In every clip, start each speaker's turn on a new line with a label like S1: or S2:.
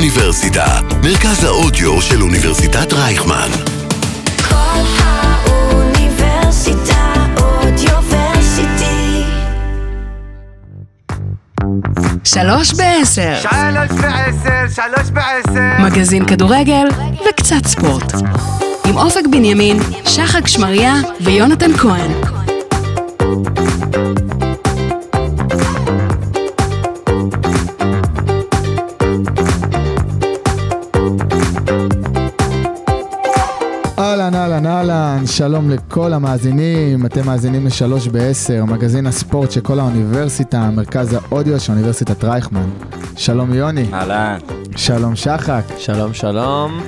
S1: האוניברסיטה, מרכז האודיו של אוניברסיטת רייכמן.
S2: כל האוניברסיטה אודיוורסיטי.
S3: שלוש בעשר,
S4: שלוש בעשר, שלוש בעשר.
S3: מגזין כדורגל וקצת ספורט. עם אופק בנימין, שחק שמריה ויונתן כהן.
S5: אהלן, אהלן, אהלן, שלום לכל המאזינים, אתם מאזינים לשלוש בעשר, מגזין הספורט של כל האוניברסיטה, מרכז האודיו של אוניברסיטת רייכמן. שלום יוני,
S6: אהלן.
S5: שלום שחק.
S6: שלום שלום.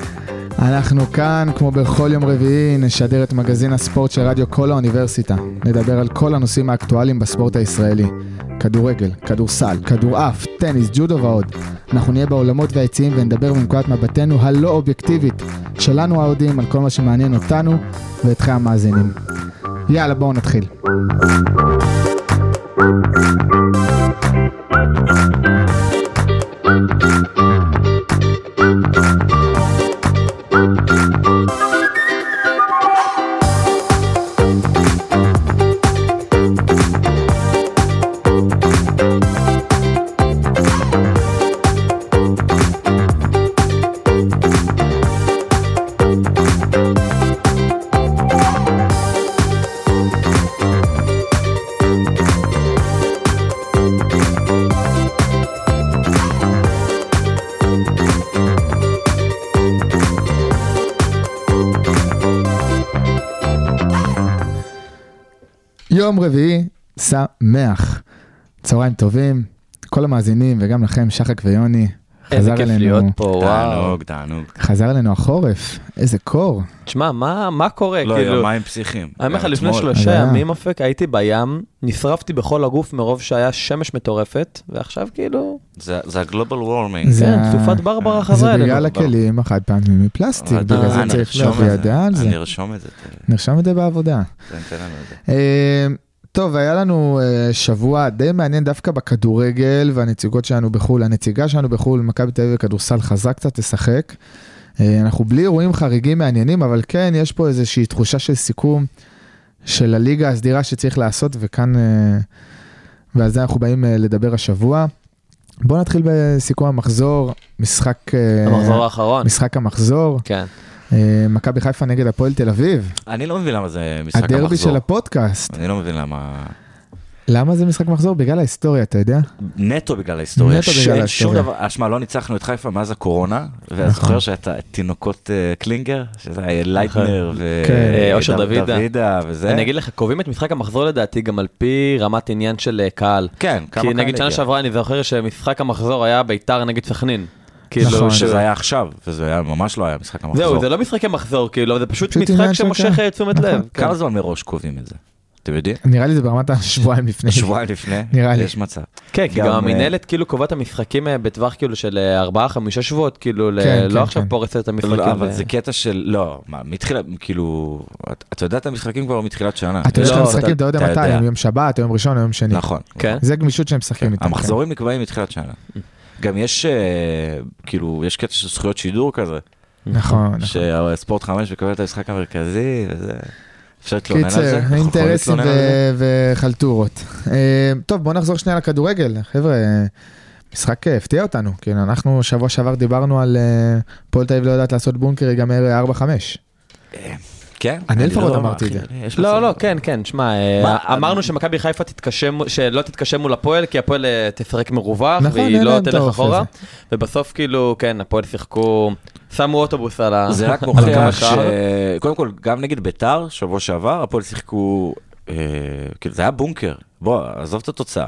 S5: אנחנו כאן, כמו בכל יום רביעי, נשדר את מגזין הספורט של רדיו כל האוניברסיטה. נדבר על כל הנושאים האקטואליים בספורט הישראלי. כדורגל, כדורסל, כדורעף, טניס, ג'ודו ועוד. אנחנו נהיה בעולמות והיציעים ונדבר מנקודת מבטנו הלא אובייקטיבית, שלנו האוהדים, על כל מה שמעניין אותנו ואתכם המאזינים. יאללה, בואו נתחיל. יום רביעי שמח. צהריים טובים, כל המאזינים וגם לכם, שחק ויוני.
S7: איזה
S5: חזר
S7: כיף
S5: אלינו-
S7: להיות פה, וואו.
S6: תענוג, תענוג.
S5: חזר אלינו החורף, איזה קור.
S7: תשמע, מה מה קורה?
S6: לא,
S7: כאילו,
S6: יומיים פסיכיים.
S7: אני אומר לך,
S6: גם
S7: לפני
S6: אתמול.
S7: שלושה
S5: היה.
S7: ימים אופק, הייתי בים, נשרפתי בכל הגוף מרוב שהיה שמש מטורפת, ועכשיו כאילו,
S6: זה זה הגלובל וורמינג.
S5: זה
S7: כן,
S5: ה-
S7: סופת ברברה
S5: זה
S7: חזרה
S5: בגלל
S7: אלינו.
S5: הכלים החד פעמים מפלסטיק, בגלל
S6: אה,
S5: זה צריך להביא ידע על זה.
S6: אני ארשום את זה, תן-
S5: נרשם את זה בעבודה.
S6: תן תן לנו את זה.
S5: אה, טוב, היה לנו אה, שבוע די מעניין דווקא בכדורגל והנציגות שלנו בחו"ל. הנציגה שלנו בחו"ל, מכבי תל אביב בכדורסל חזק קצת, תשחק. אה, אנחנו בלי אירועים חריגים מעניינים, אבל כן, יש פה איזושהי תחושה של סיכום של הליגה הסדירה שצריך לעשות, וכאן... אה, ועל זה אנחנו באים אה, לדבר השבוע. בואו נתחיל בסיכום המחזור, משחק... אה,
S7: המחזור האחרון.
S5: משחק המחזור,
S7: כן.
S5: אה, מכבי חיפה נגד הפועל תל אביב,
S6: אני לא מבין למה זה משחק המחזור.
S5: הדרבי של הפודקאסט.
S6: אני לא מבין למה...
S5: למה זה משחק מחזור? בגלל ההיסטוריה, אתה יודע?
S6: נטו בגלל ההיסטוריה.
S5: נטו בגלל
S6: שאין שום
S5: ההיסטוריה. נכון.
S6: דבר, אה, שמע, לא ניצחנו את חיפה מאז הקורונה, ואתה זוכר שאת התינוקות אה, קלינגר, שזה היה לייטנר ו...
S5: כן.
S7: אה, אושר
S6: דוד-
S7: דוידה.
S6: דוידה וזה.
S7: אני אגיד לך, קובעים את משחק המחזור לדעתי גם על פי רמת עניין של אה, קהל.
S6: כן, כמה
S7: כי
S6: קהל
S7: נגיד שנה
S6: הגיע.
S7: שעברה אני זוכר שמשחק המחזור היה ביתר נגד סכנין.
S5: נכון.
S7: כאילו, ש-
S6: שזה היה עכשיו, וזה היה ממש לא היה משחק המחזור.
S7: זהו, זה לא משחקי מחזור, כאילו, זה פשוט
S5: פשוט
S7: משחק
S5: עניין של
S7: שמושך
S5: קהל.
S7: אה, תשומת
S5: נכון.
S7: לב.
S6: כמה זמן מראש קובעים את זה? אתם יודעים?
S5: נראה לי זה ברמת השבועיים לפני.
S6: שבועיים לפני?
S5: נראה לי.
S6: יש מצב.
S7: כן, כי גם
S5: אה,
S6: גם,
S7: המינהלת כאילו קובעת המשחקים אה, בטווח כאילו של 4-5 שבועות, כאילו, ל-
S5: כן,
S7: לא
S5: כן,
S7: עכשיו
S5: כן.
S7: פורסת את המשחקים. אה, כן.
S6: לא, אבל
S7: ו-
S6: זה קטע של, לא, מה, מתחילת, כאילו, את- אתה יודע את המשחקים כבר מתחילת שנה.
S5: אתה יודע
S7: לא,
S5: שאתה
S7: אתה-
S5: משחקים, אתה יודע
S6: אתה
S5: מתי,
S6: יודע.
S5: הם יום שבת, או יום ראשון, או יום שני.
S6: נכון.
S7: כן.
S5: זה גמישות שהם משחקים איתם. כן.
S6: המחזורים נקבעים מתחילת שנה. גם יש, אה, כאילו, יש קטע של זכויות שידור כזה,
S5: כן. נכון. נכון.
S6: שספורט 5 מקבל את המשחק המרכזי, וזה... אפשר להתלונן על זה?
S5: קיצר,
S6: אנחנו יכולים
S5: אינטרסים
S6: להתלונן על זה?
S5: ו- וחלטורות. אה, טוב, בואו נחזור שנייה לכדורגל. חבר'ה, אה, משחק אה, הפתיע אותנו. כן, אנחנו שבוע שעבר דיברנו על אה, הפועל תל אביב לא יודעת לעשות בונקר, ייגמר אה, 4-5.
S6: כן.
S5: אני לפחות
S6: לא-
S5: אמרתי את
S6: אחי,
S5: זה.
S6: יש מצב.
S7: לא, לא, כן, כן, שמע, אה,
S6: מה,
S7: אמרנו שמכבי חיפה תתקשה, מ- שלא תתקשה מול הפועל, כי הפועל אה, תפרק מרווח,
S5: נכון,
S7: והיא
S5: אין
S7: לא
S5: להם
S7: תלך
S5: טוב
S7: אחורה,
S5: לזה.
S7: ובסוף כאילו, כן, הפועל שיחקו, שמו אוטובוס על ה-
S6: זה רק
S7: על הקו
S6: מוכיח ש...
S7: השער.
S6: קודם כל, גם נגד ביתר, שבוע שעבר, הפועל שיחקו... אה, כאילו, זה היה בונקר. בוא, עזוב את התוצאה.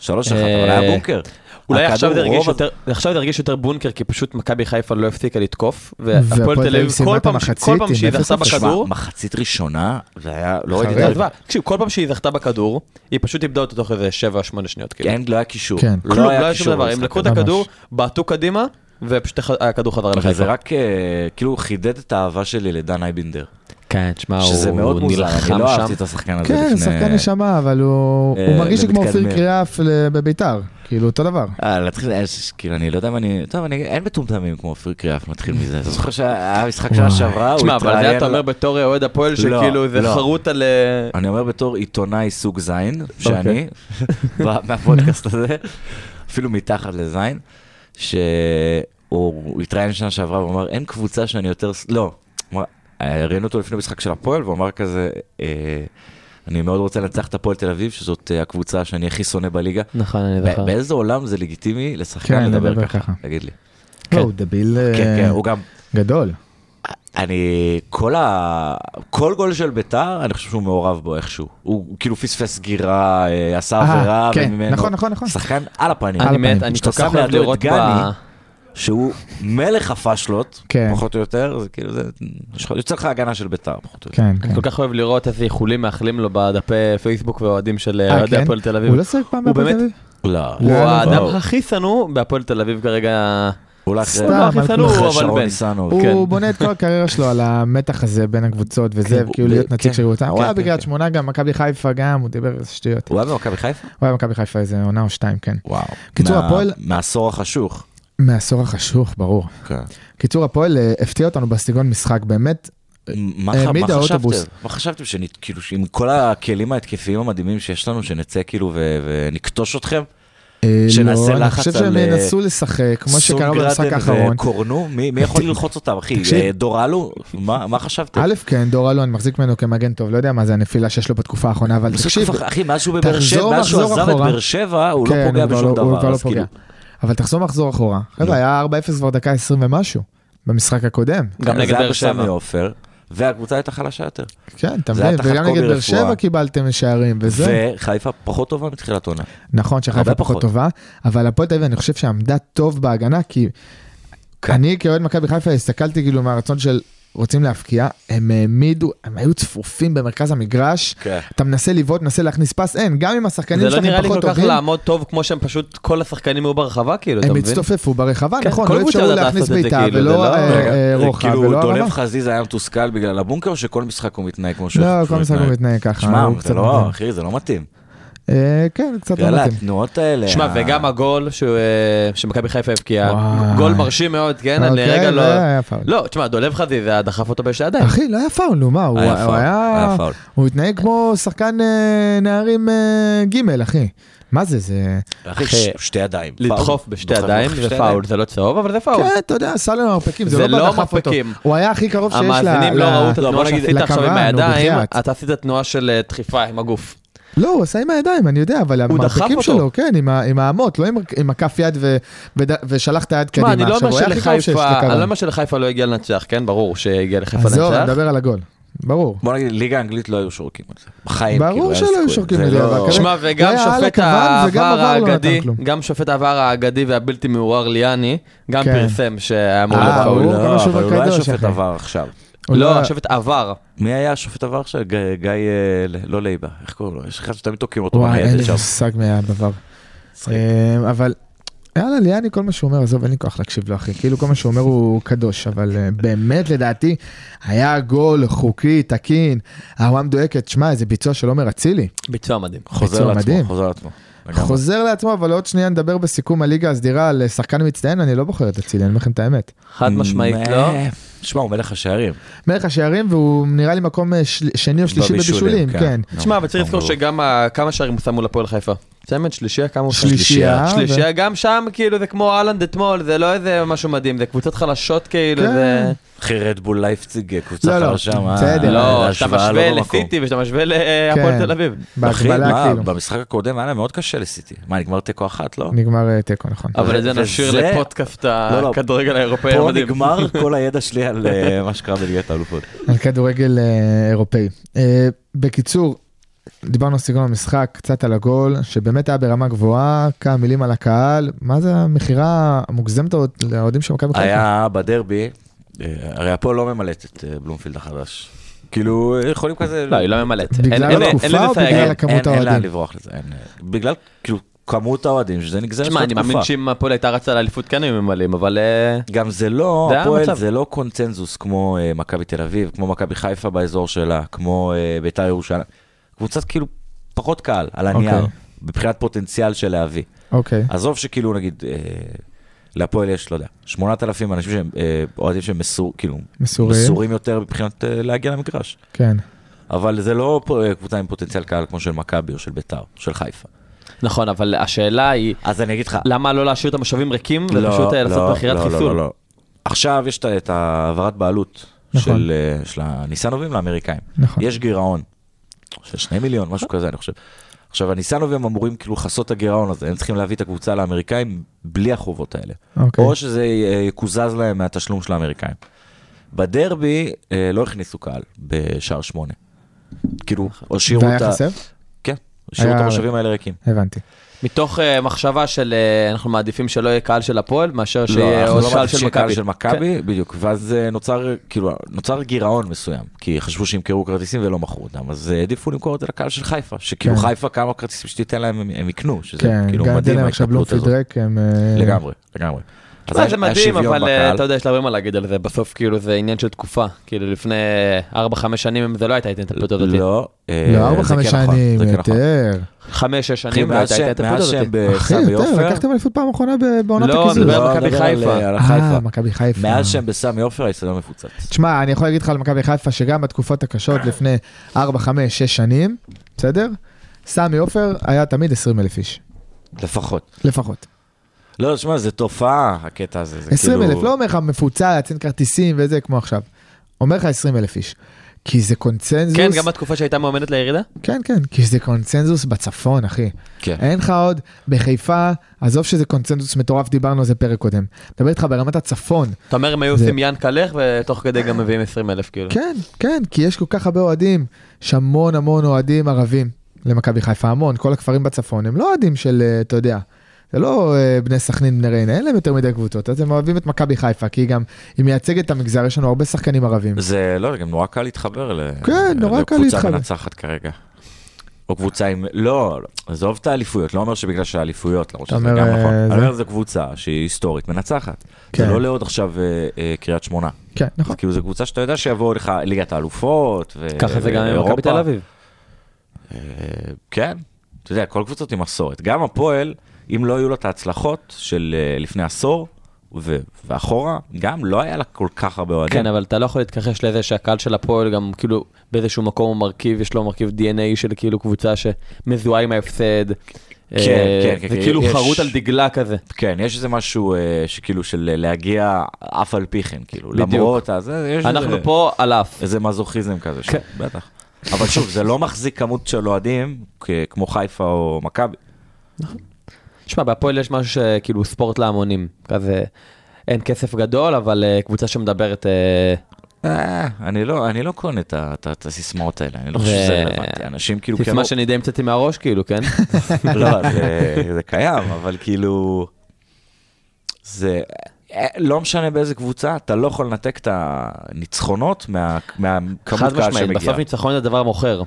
S6: שלוש אחת,
S7: אה,
S6: אבל היה בונקר.
S7: אולי
S6: הכדור
S7: עכשיו זה הרגיש
S6: רוב-
S7: יותר- עכשיו זה הרגיש יותר בונקר, כי פשוט מכבי חיפה לא הפסיקה לתקוף, והפועל תל אביב
S5: סיימה
S7: כל
S5: את
S7: פעם ש-
S5: המחצית
S7: כל פעם
S5: עם
S7: שהיא
S5: אפס
S7: זכתה
S5: אפס.
S6: תשמע,
S7: בכדור,
S6: מחצית ראשונה, זה היה... לא ראיתי
S5: חריג.
S6: את זה.
S7: עזבה, תקשיב, כל פעם שהיא זכתה בכדור, היא פשוט איבדה אותו תוך איזה 7-8 שניות, כאילו.
S6: כן, לא היה קישור.
S5: כן.
S7: כלום, לא היה
S6: קישור
S7: שום דבר,
S6: במשחק
S7: הם לקחו את
S6: הזה.
S5: ממש.
S7: הכדור, בעטו קדימה, ופשוט הכדור חזר
S6: אבל
S7: לחיפה.
S6: זה רק אה, כאילו חידד את האהבה שלי לדן אייבינדר.
S7: כן, תשמע,
S6: שזה מאוד
S7: הוא
S6: מוזר, אני
S7: נלחם
S6: לא אהבתי
S7: שם.
S6: את השחקן הזה
S5: כן,
S6: לפני...
S5: שחקן נשמה, אבל הוא
S6: אה,
S5: הוא מרגיש לי כמו
S6: לבית
S5: אופיר
S6: קדמי.
S5: קריאף ל- בביתר, כאילו אותו דבר.
S6: אה, להתחיל, אה, ש- כאילו, אני לא יודע אם אני... טוב, אני... אין מטומטמים כמו אופיר קריאף, נתחיל מזה. אתה זוכר שהמשחק שנה שעברה, הוא
S7: תשמע, אבל
S6: התראיין-
S7: זה אתה אומר בתור אוהד הפועל
S6: לא,
S7: שכאילו זה
S6: לא.
S7: חרוט על... אה,
S6: אני אומר בתור עיתונאי סוג זין, שאני,
S7: אוקיי.
S6: ב- מהפודקאסט הזה, אפילו מתחת לזין, שהוא התראיין שנה שעברה, הוא אמר, אין קבוצה שאני יותר... ס- לא, הוא אמר, אה, ראיינו אותו לפני משחק של הפועל, והוא אמר כזה, "אה, אני מאוד רוצה לנצח את הפועל תל אביב, שזאת אה, הקבוצה שאני הכי שונא בליגה.
S7: נכון, אני
S6: ב-
S7: זוכר.
S6: באיזה עולם זה לגיטימי לשחקן
S5: כן,
S6: לדבר
S5: לדבר
S6: ככה?
S5: ככה.
S6: תגיד לי.
S5: לא, הוא דביל אה,
S6: כן, כן, הוא גם...
S5: גדול.
S6: אני, כל ה... כל גול של ביתר, אני חושב שהוא מעורב בו איכשהו. הוא כאילו פספס סגירה, אה, עשה
S5: אה,
S6: עבירה,
S5: כן,
S6: וממנו...
S5: נכון, נכון, נכון.
S6: שחקן על הפנים.
S7: אני
S5: על הפנים.
S7: מת, אני
S6: כשאתה
S7: כל כך
S6: שם
S7: אוהב
S6: לידו את
S7: לראות ב...
S6: גני, שהוא מלך הפאשלות,
S5: כן.
S6: פחות או יותר, זה כאילו, זה... יוצא לך הגנה של ביתר, פחות או יותר.
S5: כן, כן.
S7: אני כל כך אוהב לראות איזה איחולים מאחלים לו בדפי פייסבוק ואוהדים של אה,
S5: אה,
S7: אוהדי
S5: כן?
S7: הפועל תל אביב.
S5: הוא לא שיחק פעם
S7: הוא אה,
S5: בהפועל תל
S7: באמת-
S5: אביב?
S6: לא.
S7: הוא
S5: לא,
S7: האדם
S6: לא.
S7: הכי שנוא בהפועל תל אביב כרגע.
S6: אולי
S7: הוא
S5: סתם,
S6: אחרי
S7: לא הכי
S5: אבל
S7: שנוא,
S6: אחרי
S7: אה, אבל
S6: שרון
S7: בן.
S6: ניסנוב.
S7: כן.
S5: הוא בונה את כל הקריירה שלו על המתח הזה בין הקבוצות וזה,
S6: כן,
S5: וכאילו
S6: הוא-
S5: להיות
S6: כן,
S5: נציג של קבוצה.
S6: כן,
S5: הוא היה
S6: כן,
S5: בקריית
S6: כן.
S5: שמונה גם, מכבי חיפה גם, הוא דיבר איזה שטויות.
S6: הוא היה במכבי חיפה?
S5: הוא היה במכבי חיפה איזה עונה או שתיים, כן.
S6: וואו.
S5: קיצור,
S6: מה-
S5: הפועל-
S6: מהעשור החשוך.
S5: מהעשור החשוך, ברור.
S6: כן.
S5: קיצור, הפועל אה, הפתיע אותנו בסגנון משחק, באמת,
S6: מה
S5: העמיד
S6: מה חשבתם?
S5: האוטובוס.
S6: מה חשבתם? שנ- כאילו, שעם כל הכלים ההתקפיים המדהימים שיש לנו, שנצא כאילו ו- ונכתוש אתכם?
S5: אה,
S6: שנעשה
S5: לא, אני
S6: לחץ
S5: חושב
S6: על,
S5: שהם
S6: אה,
S5: ינסו לשחק, כמו שקרה
S6: סונגרטן
S5: במשחק האחרון.
S6: וקורנו? מי מי יכול ללחוץ אותם, אחי?
S5: תקשיב.
S6: אה, דורלו? מה מה חשבתם?
S5: א', כן, דור אלו, אני מחזיק ממנו כמגן טוב, לא יודע מה זה הנפילה שיש לו בתקופה האחרונה, אבל
S6: בסוף
S5: תקשיב,
S6: כבר, אחי, מאז שהוא בבאר
S5: תחזור
S6: שבע, מאז שהוא
S5: מחזור
S6: עזב את
S5: אחורה.
S6: באר שבע, הוא לא
S5: כן,
S6: פוגע
S5: כבר
S6: בשום
S5: לא- הוא כבר
S6: דבר.
S5: לא
S6: אז כאילו, לא.
S5: פוגע. אבל תחזור מחזור אחורה. חבר'ה, היה 4-0 כבר דקה 20 ומשהו, במשחק הקודם.
S7: גם
S6: זה
S7: נגד
S6: היה
S7: באר שבע.
S6: בסמי עופר, והקבוצה הייתה חלשה יותר.
S5: כן, אתה
S6: זה היה
S5: מבין,
S6: תחת
S5: וגם
S6: קובי
S5: נגד באר
S6: רפואה.
S5: שבע קיבלתם שערים, וזה,
S6: וחיפה פחות טובה מתחילת עונה.
S5: נכון שחיפה
S6: הרבה
S5: פחות
S6: פחות.
S5: טובה, אבל הפועל תל אביב, אני חושב שעמדה טוב בהגנה, כי
S6: כן.
S5: אני כאוהד מכבי חיפה הסתכלתי כאילו מהרצון של רוצים להבקיע, הם העמידו, הם היו צפופים במרכז המגרש,
S6: כן.
S5: אתה מנסה לבעוט, מנסה להכניס פס, אין, גם אם השחקנים
S7: זה לא נראה
S5: שלכם
S7: לי
S5: פחות
S7: כל כך
S5: טובים,
S7: לעמוד טוב כמו שהם פשוט, כל השחקנים היו ברחבה כאילו, אתה
S5: הם
S7: מבין?
S5: הצטופפו ברחבה,
S7: כן,
S5: נכון,
S7: כל
S5: לא
S7: קבוצה
S5: אפשרו
S7: יודעת
S5: להכניס
S7: לעשות את זה,
S5: בעיטה,
S7: כאילו, זה
S5: ולא
S7: לא-
S5: אה, אה,
S6: זה
S5: רוחב,
S6: כאילו,
S5: ולא
S6: דולב
S5: הרמה.
S6: חזיזה היה מתוסכל בגלל הבונקר, שכל משחק הוא מתנהג כמו שהוא
S5: לא,
S6: שהוא
S5: כל משחק הוא מתנהג ככה.
S6: שמע,
S5: הוא
S6: זה
S5: קצת
S6: לא,
S5: מתאים.
S6: אחי, זה לא מתאים.
S5: אה, כן, קצת לא
S6: יאללה,
S5: מתאים.
S6: התנועות האלה.
S7: שמע,
S5: אה.
S6: ה-
S7: וגם הגול שהוא, אה, שמכבי חיפה הבקיעה,
S5: וואי.
S7: גול מרשים מאוד, כן? אני
S5: אוקיי,
S7: רגע
S5: זה
S7: לא...
S5: היה פאול.
S7: לא, תשמע, דולב חזיזה דחף אותו בשתי ידיים.
S5: אחי, לא היה פאול, נו מה, הוא
S6: היה
S5: הוא
S6: פאול, היה
S5: היה...
S6: פאול.
S5: הוא התנהג כמו שחקן אה, נערים אה, ג', אחי. מה זה, זה...
S6: אחי,
S7: אחי,
S6: ש- שתי ידיים.
S7: לדחוף
S6: פאול.
S7: בשתי
S6: דוחף,
S7: ידיים
S6: דוחף
S7: זה
S6: שתי
S7: פאול,
S6: ידיים.
S7: זה לא צהוב, אבל זה פאול.
S5: כן, אתה יודע, עשה לנו מרפקים,
S7: זה
S5: זה
S7: לא
S5: לא בדחף אותו.
S7: מרפקים.
S5: הוא היה הכי קרוב שיש ל...
S7: המאזינים לא
S5: ל-
S7: ראו את
S6: לא, בוא
S7: התנועה
S6: נגיד,
S7: שעשית עכשיו עם
S5: לכוון, נו,
S7: הידיים,
S5: בחייאת.
S7: אתה עשית תנועה של אה, דחיפה עם הגוף.
S5: לא, הוא עשה עם הידיים, אני יודע, אבל
S7: הוא דחף
S5: המרפקים
S7: אותו.
S5: שלו, כן, עם ה- עם האמות, לא עם- עם הכף יד ו- וד- ושלח את היד
S7: תשמע,
S5: קדימה.
S7: אני לא
S5: עכשיו,
S7: אומר
S5: הוא היה כן, הכי קרוב שיש
S7: שלחיפה, אני לא
S5: לכוון.
S7: אומר שלחיפה לא הגיע לנצח, כן? ברור שהגיע לחיפה
S5: עזוב, אני
S7: לנצח.
S5: מדבר על הגול. ברור.
S6: בוא נגיד, ליגה האנגלית לא היו שורקים את זה. בחיים,
S5: ברור
S6: כאילו, היה
S5: שלא היו
S6: סיכוי.
S5: שורקים
S6: זה
S5: את זה,
S6: לא-
S5: אבל כרגע-
S7: שמע, וגם
S5: היה על
S7: שופט
S5: הכוון, וגם
S7: העבר
S5: עבר לא נתן
S7: האגדי,
S5: כלום.
S7: גם שופט העבר האגדי והבלתי מעורר ליאני, גם
S5: כן.
S7: פרסם שהיה אמור
S5: אה,
S7: להיות
S5: ברור,
S7: פאול.
S5: הוא כמה
S6: לא, אבל הוא לא היה
S5: קדוש,
S6: שופט
S5: אחי.
S6: עבר עכשיו.
S5: הוא
S7: לא, השופט עבר.
S6: מי היה השופט עבר עכשיו? גיא- גיא, אה, ל- לא לייבה, איך קוראים לו? יש אחד שתמיד תוקעים
S7: לא
S6: אותו.
S5: וואי,
S6: בניידת
S5: אין לי
S6: שם.
S5: מושג מהדבר. אה, אבל יאללה, ליאני, כל מה שהוא אומר, עזוב, אין לי כוח להקשיב לו, אחי. כאילו, כל מה שהוא אומר הוא קדוש, אבל אה, באמת, לדעתי, היה גול חוקי, תקין, הוואם דואקת, שמע, איזה ביצוע של עומר אצילי.
S7: ביצוע מדהים.
S6: חוזר
S5: ביצוע
S6: לעצמו,
S5: מדהים.
S6: חוזר לעצמו. לגמרי.
S5: חוזר לעצמו, אבל עוד שנייה נדבר בסיכום הליגה הסדירה על שחקן מצטיין, אני לא בוחר את אצילי, אני אומר לכם את האמת.
S7: חד משמעית לא.
S6: מה- שמע, הוא מלך השערים.
S5: מלך השערים, והוא נראה לי מקום אה, של- שני או שלישי בבישולים, כן.
S6: נו,
S7: תשמע, אבל צריך
S6: נו,
S7: לזכור
S6: ברור.
S7: שגם ה- כמה שערים הוא שמו לפועל חיפה. צמד שלישייה כמה הוא שם?
S5: שלישייה.
S7: שלישייה, גם שם כאילו זה כמו אהלנד אתמול, זה לא איזה משהו מדהים, זה קבוצות חלשות כאילו,
S5: כן.
S7: זה...
S6: אחי רדבול לייפציג, אה, קבוצה
S5: לא, לא,
S6: חלשה, מה?
S5: בסדר.
S7: לא, אתה
S6: ההשוואה לא
S7: משווה
S6: במקום.
S7: לסיטי ואתה משווה להפועל
S5: כן.
S7: תל אביב.
S6: אחי,
S5: בהקבלה,
S6: מה,
S5: כאילו.
S6: במשחק הקודם היה להם מאוד קשה לסיטי. מה, נגמר תיקו אחת, לא?
S5: נגמר אה, תיקו, נכון.
S7: אבל את זה
S6: וזה-
S7: נשאיר לפודקאסט
S6: לא, לא.
S7: הכדורגל האירופאי
S6: פה
S7: המדהים.
S6: נגמר כל הידע שלי על אה, מה שקרה בליגת האלופות.
S5: על כדורגל אה, אירופאי. אה, בקיצור, דיברנו על סגנון המשחק, קצת על הגול, שבאמת היה ברמה גבוהה, כמה מילים על הקהל, מה זה המכירה המוגזמת הזאת לאוהדים של
S6: אוקיי.
S5: מכבי חיפה?
S6: היה בדרבי, אה, הרי הפועל לא ממלאת את אה, בלומפילד החדש. כאילו, אה, יכולים כזה...
S7: לא, היא לא ממלאת.
S5: בגלל
S7: אין- אין- אין
S5: התקופה
S7: לזה
S5: או
S7: סייג.
S5: בגלל-
S6: אין-
S5: הכמות
S6: אין לאן
S5: האוהדים.
S6: לברוח לזה, אין, אה, בגלל, כאילו, כמות האוהדים, שזה נגזרת של
S7: תשמע, אני
S6: התקופה.
S7: מאמין שאם הפועל הייתה רצה לאליפות כן היו ממלאים, אבל... אה,
S6: גם זה לא,
S7: זה היה
S6: הפועל
S7: המצב.
S6: זה לא קונצנזוס כמו אה, מכבי תל אביב, כמו מכבי חיפה באזור שלה, כמו אה, ביתר ירושלים. קבוצת כאילו פחות קהל על הנייר,
S5: אוקיי.
S6: מבחינת פוטנציאל של להביא.
S5: אוקיי.
S6: עזוב שכאילו נגיד, אה, להפועל יש, לא יודע, 8,000 אנשים שהם אה, אוהדים שהם מסור, כאילו,
S5: מסורים.
S6: מסורים יותר מבחינת אה, להגיע למגרש.
S5: כן.
S6: אבל זה לא פ- אה, קבוצה עם פוטנציאל קהל כמו של מכבי או של ביתר, של חיפה.
S7: נכון, אבל השאלה היא,
S6: אז אני אגיד לך,
S7: למה לא להשאיר את המושבים ריקים ופשוט אה, לעשות מכירת
S6: לא,
S7: חיסול?
S6: לא, לא, לא. עכשיו יש את- את העברת בעלות
S5: נכון.
S6: של, אה, של הניסנובים לאמריקאים.
S5: נכון.
S6: יש גירעון של שני מיליון, משהו כזה, אני חושב. עכשיו, הניסנובים אמורים כאילו לכסות את הגירעון הזה, הם צריכים להביא את הקבוצה לאמריקאים בלי החובות האלה.
S5: אוקיי.
S6: או שזה אה, יקוזז להם מהתשלום של האמריקאים. בדרבי אה, לא הכניסו קהל בשער שמונה. כאילו, השאירו
S5: נכון. והיה
S6: את ה-
S5: חסר?
S6: כן, השאירו את
S5: היה-
S6: המושבים האלה ריקים.
S5: הבנתי.
S7: מתוך אה, מחשבה של אה, אנחנו מעדיפים שלא יהיה קהל של הפועל, מאשר
S6: לא,
S7: שיהיה
S6: אנחנו
S7: עוד
S6: לא
S7: קהל
S6: מעדיפים
S7: של
S6: שיהיה קהל
S7: מכבי.
S6: של
S7: כן.
S6: מכבי, בדיוק, ואז אה, נוצר, כאילו, נוצר גירעון מסוים, כי חשבו שימכרו כרטיסים ולא מכרו אותם, אז אה, העדיפו למכור את זה לקהל של חיפה, שכאילו
S5: כן.
S6: חיפה, כמה כרטיסים שתיתן להם הם- הם יקנו, שזה
S5: כן,
S6: כאילו
S5: גם
S6: מדהים
S5: דילר עכשיו
S6: ההתקפלות
S5: בלומפילד
S6: הזאת.
S5: ריק הם... אה,
S6: לגמרי, לגמרי. אז
S7: לא,
S6: היה-
S7: זה
S6: היה
S7: מדהים,
S6: שוויון
S7: אבל אה,
S6: בקהל.
S7: אתה יודע, יש לה הרבה מה להגיד על זה. בסוף כאילו זה עניין של תקופה. כאילו לפני 4-5 שנים זה לא הייתה ההתנפלות הזאת.
S6: לא, אה,
S5: לא, ארבע,
S6: זה כן
S5: חמש
S6: נכון,
S5: שנים, אה,
S6: זה כן נכון.
S5: יותר.
S7: 5-6
S6: אחי,
S7: שנים לא
S6: מאז
S7: הייתה
S6: שהם-
S7: ההתנפלות
S6: מאז
S7: הזאת.
S6: שהם
S5: אחי,
S6: בסמי
S5: יותר,
S6: עופר,
S5: לקחתם אליפות פעם אחרונה ב- בעונת
S7: לא,
S5: הקיזוז.
S7: מדבר
S6: לא,
S7: על מכבי
S6: מדבר על,
S7: חיפה.
S6: אה, על
S5: אה,
S6: החיפה.
S5: מכבי חיפה.
S6: מאז שהם בסמי עופר לא האצטדיון מפוצץ.
S5: תשמע, אני יכול להגיד לך על מכבי חיפה שגם בתקופות הקשות לפני 4, 5, 6 שנים, בסדר? סמי עופר היה תמיד 20 אלף איש,
S6: לפחות.
S5: לפחות.
S6: לא, שמע, זה תופעה, הקטע הזה. זה
S5: 20 אלף,
S6: כאילו-
S5: לא אומר לך מפוצץ, אין כרטיסים וזה, כמו עכשיו. אומר לך 20 אלף איש. כי זה קונצנזוס,
S7: כן, גם בתקופה שהייתה מועמדת לירידה?
S5: כן, כן, כי זה קונצנזוס בצפון, אחי.
S6: כן.
S5: אין לך עוד, בחיפה, עזוב שזה קונצנזוס מטורף, דיברנו על זה פרק קודם. מדבר איתך ברמת הצפון,
S7: אתה אומר הם היו
S5: זה-
S7: עושים ינקלך ותוך כדי גם מביאים 20 אלף כאילו.
S5: כן, כן, כי יש כל כך הרבה אוהדים, יש המון המון אוהדים ערבים למכבי חיפה, המון, כל הכפרים בצפון, הם לא אוהדים של, אה, אתה יודע, זה לא אה, בני סכנין, בני ריינה, אין להם יותר מדי קבוצות, אז הם אוהבים את מכבי חיפה, כי היא גם, היא מייצגת את המגזר, יש לנו הרבה שחקנים ערבים.
S6: זה לא, גם נורא קל להתחבר ל...
S5: כן, נורא קל להתחבר.
S6: לקבוצה מנצחת כרגע. או קבוצה עם... לא, לא, עזוב את האליפויות, לא אומר שבגלל שהאליפויות, למרות
S5: אתה
S6: שזה
S5: אומר,
S6: גם
S5: אה,
S6: נכון.
S5: זה-
S6: אני אומר, זו קבוצה שהיא היסטורית מנצחת. זה
S5: כן.
S6: לא לעוד עכשיו אה, אה, קריית שמונה.
S5: כן, נכון.
S6: כאילו, זו קבוצה שאתה יודע שיבואו לך ליגת האלופות, ו-
S7: ככה זה גם עם
S6: ואירופה.
S7: מכבי תל אביב.
S6: אה, כן, אתה יודע, כל קבוצות עם מסורת. גם הפועל, אם לא היו לו את ההצלחות של אה, לפני עשור ו- ואחורה, גם לא היה לה כל כך הרבה אוהדים.
S7: כן, אבל אתה לא יכול להתכחש לזה שהקהל של הפועל גם כאילו באיזשהו מקום הוא מרכיב, יש לו מרכיב DNA של כאילו קבוצה שמזוהה עם ההפסד. אה,
S6: כן, כן,
S7: זה
S6: כן,
S7: כאילו
S6: יש-
S7: חרוט על דגלה כזה.
S6: כן, יש איזה משהו אה, שכאילו של אה, להגיע אף על פי כן, כאילו,
S7: בדיוק.
S6: למרות הזה, יש
S7: אנחנו
S6: איזה,
S7: פה על אף.
S6: איזה מזוכיזם כזה, ש...
S7: כן.
S6: בטח. אבל שוב, זה לא מחזיק כמות של אוהדים כ- כמו חיפה או מכבי.
S7: תשמע, בהפועל יש משהו שכאילו ספורט להמונים. כזה אין כסף גדול, אבל אה, קבוצה שמדברת... אה,
S6: אה, אני לא, אני לא קונה את ה- את ה- את הסיסמאות האלה, אני לא
S7: ו-
S6: חושב שזה רלוונטי. אנשים כאילו...
S7: סיסמה
S6: כמו-
S7: שאני די המצאתי מהראש כאילו, כן?
S6: לא, זה- זה קיים, אבל כאילו... זה... אה, לא משנה באיזה קבוצה, אתה לא יכול לנתק את הניצחונות מה- מהכמות
S7: חד
S6: קהל
S7: משמעית, בסוף
S6: שמגיעה.
S7: ניצחון זה דבר מוכר.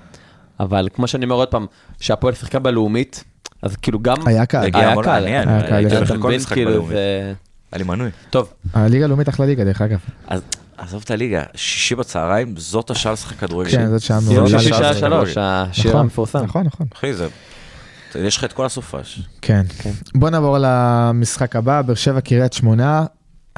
S7: אבל כמו שאני אומר עוד פעם, שהפועל שיחקה בלאומית, אז כאילו גם...
S5: היה קהל.
S6: הגיע
S7: היה
S6: המון-
S7: קהל.
S6: אני-
S5: היה
S6: אני-
S5: קהל,
S6: הייתי
S5: היה.
S6: הולך
S7: אתה
S6: לכל
S7: מבין,
S6: משחק
S7: כאילו,
S6: בלאומית.
S7: זה...
S6: היה לי מנוי.
S7: טוב,
S5: הליגה הלאומית אחלה ליגה, דרך אגב.
S6: אז עזוב את הליגה, שישי בצהריים, זאת השעה לשחק כדורגל.
S5: כן, זאת שעה
S6: זאת
S5: מעולה.
S7: יום
S5: לא,
S7: שישי
S5: לא,
S7: שעה
S5: לא,
S6: לשחק
S7: שלוש,
S6: כדורגל.
S7: השיר
S5: נכון,
S7: המפורסם.
S5: נכון, נכון.
S6: אחי, זה... יש לך את כל הסופש.
S5: כן. בוא נעבור למשחק הבא, באר שבע קריית שמונה.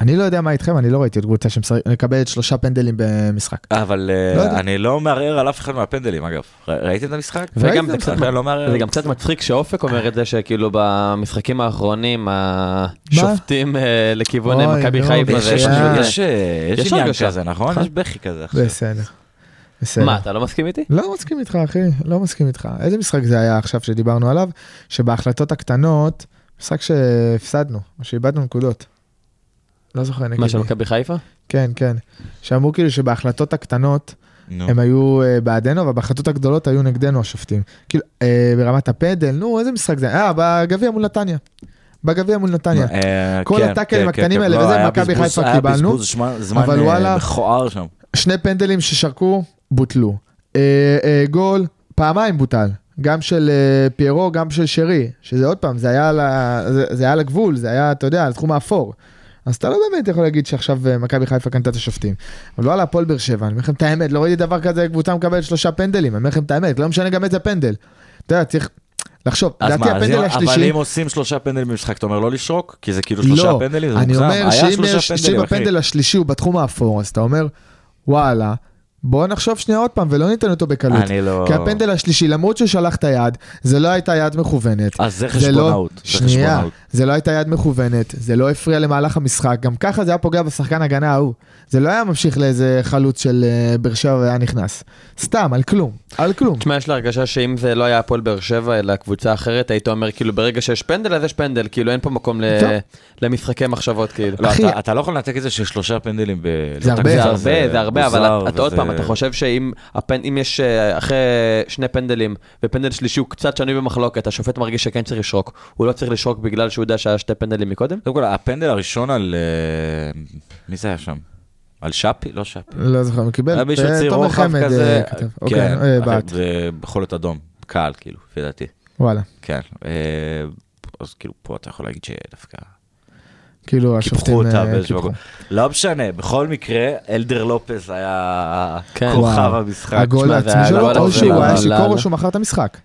S5: אני לא יודע מה איתכם, אני לא ראיתי את קבוצה שמקבלת שלושה פנדלים במשחק.
S6: אבל אה,
S5: לא יודע.
S6: אני לא מערער על אף אחד מהפנדלים, אגב. ר- ראיתם את המשחק?
S7: וגם זה
S5: ראיתם?
S7: קצת
S6: אני לא מערער.
S7: זה גם קצת מצחיק שאופק אומר את זה שכאילו במשחקים האחרונים השופטים אה, לכיוון
S5: אוי,
S7: מכבי
S5: נו,
S7: חיפה
S6: יש-
S7: זה
S5: אבל
S6: יש-
S7: פשוט-
S5: שנייה.
S6: יש אה, יש
S7: יש
S6: עניין
S7: הרגשה.
S6: כזה, נכון?
S7: נכון.
S6: יש בכי כזה עכשיו.
S5: בסדר. בסדר.
S7: מה אתה לא מסכים איתי?
S5: לא מסכים איתך אחי, לא מסכים איתך. איזה משחק זה היה עכשיו שדיברנו עליו? שבהחלטות הקטנות, משחק שהפסדנו, או שאיבדנו נקודות. לא זוכר, נגיד.
S7: מה
S5: לי.
S7: של מכבי חיפה?
S5: כן, כן. שאמרו כאילו שבהחלטות הקטנות
S6: נו.
S5: הם היו אה, בעדנו, אבל בהחלטות הגדולות היו נגדנו השופטים. כאילו, אה, ברמת הפדל, נו, איזה משחק זה? היה? אה, בגביע מול נתניה. בגביע מול נתניה.
S6: אה,
S5: כל
S6: כן,
S5: הטאקלים
S6: כן,
S5: הקטנים
S6: כן,
S5: האלה,
S6: לא,
S5: וזה,
S6: היה
S5: מכבי
S6: בזבוז-
S5: חיפה
S6: היה
S5: קיבלנו,
S6: בזבוז זמן- זמן
S5: אבל
S6: אה,
S5: וואלה-
S6: מכוער שם.
S5: שני פנדלים ששרקו, בוטלו. אה, אה, גול, פעמיים בוטל. גם של אה, פיירו, גם של שרי, שזה עוד פעם, זה היה, על ה... זה, זה היה על הגבול, זה היה, אתה יודע, על תחום האפור. אז אתה לא באמת יכול להגיד שעכשיו אה, מכבי חיפה קנתה את השופטים. אבל לא על הפועל באר שבע, אני אומר לכם את האמת, לא ראיתי דבר כזה, קבוצה מקבלת שלושה פנדלים, אני אומר לכם את האמת, לא משנה גם איזה פנדל. אתה יודע, צריך לחשוב,
S6: אז
S5: לדעתי
S6: מה, אז אם-
S5: הפנדל
S6: אבל
S5: השלישי...
S6: אם עושים שלושה פנדלים במשחק, אתה אומר לא לשרוק? כי זה כאילו שלושה פנדלים, זה
S5: לא, אני
S6: מוגזם.
S5: אומר
S6: היה
S5: שאם
S6: שלושה
S5: יש-
S6: פנדלים,
S5: שאם
S6: אחי.
S5: הפנדל השלישי הוא בתחום האפור, אז אתה אומר, וואלה, בוא נחשוב שנייה עוד פעם, ולא ניתן אותו בקלות.
S6: אני לא...
S5: כי הפנדל השלישי, למרות שהוא שלח את היד, זה לא הייתה יד מכוונת.
S6: אז זה
S5: זה לא-
S6: חשבונאות. זה
S5: שנייה,
S6: חשבונאות.
S5: זה לא הייתה יד מכוונת, זה לא הפריע למהלך המשחק, גם ככה זה היה פוגע בשחקן הגנה ההוא. זה לא היה ממשיך לאיזה חלוץ של אה, באר שבע והיה נכנס. סתם, על כלום, על כלום.
S7: תשמע, יש לי הרגשה שאם זה לא היה הפועל באר שבע, אלא קבוצה אחרת, היית אומר, כאילו, ברגע שיש פנדל, אז יש פנדל, כאילו, אין פה מקום ל-
S5: טוב.
S7: למשחקי מחשבות, כאילו.
S6: לא,
S5: אחי-
S6: אתה- אתה לא יכול לנתק את זה ששלושה פנדלים ב... לא
S5: זה הרבה.
S7: זה
S5: זה
S7: הרבה, זה הרבה, אבל אתה עוד פעם, אתה
S6: חושב...
S7: חושב שאם הפנ- אם יש אה, אחרי שני פנדלים, ופנדל שלישי הוא קצת שנוי במחלוקת, השופט מרגיש שכן צריך לשרוק. הוא לא צריך לשרוק בגלל שהוא יודע שהיה שתי פנדלים מקודם?
S6: קודם כל, הפנדל הראשון על... אה, מי זה היה שם? על שפי? לא שפי.
S5: לא זוכר, הוא קיבל.
S6: היה מישהו
S5: אה,
S6: ציר
S5: תומר
S6: רוחב
S5: חמד, אה,
S6: כזה.
S5: כתב. אוקיי,
S6: כן,
S5: אה,
S6: אחי,
S5: בעט.
S6: זה בכל זאת אדום. קהל, כאילו, לפי דעתי.
S5: וואלה.
S6: כן. אה, אז כאילו, פה אתה יכול להגיד שדווקא...
S5: כאילו השופטים...
S6: קיפחו אותה
S5: אה,
S6: באיזשהו
S5: קיפחו.
S6: מקום. לא משנה, בכל מקרה, אלדר לופז היה
S7: כן.
S6: כוכב
S5: וואו.
S6: המשחק.
S5: הגול
S7: תשמע, זה
S5: העצמי שלו,
S7: היה
S6: לא
S7: גול
S5: או
S7: עובר
S5: שהוא
S7: ל-
S5: היה
S7: ל-
S5: שיכור או
S7: ל-
S5: שהוא מכר את המשחק.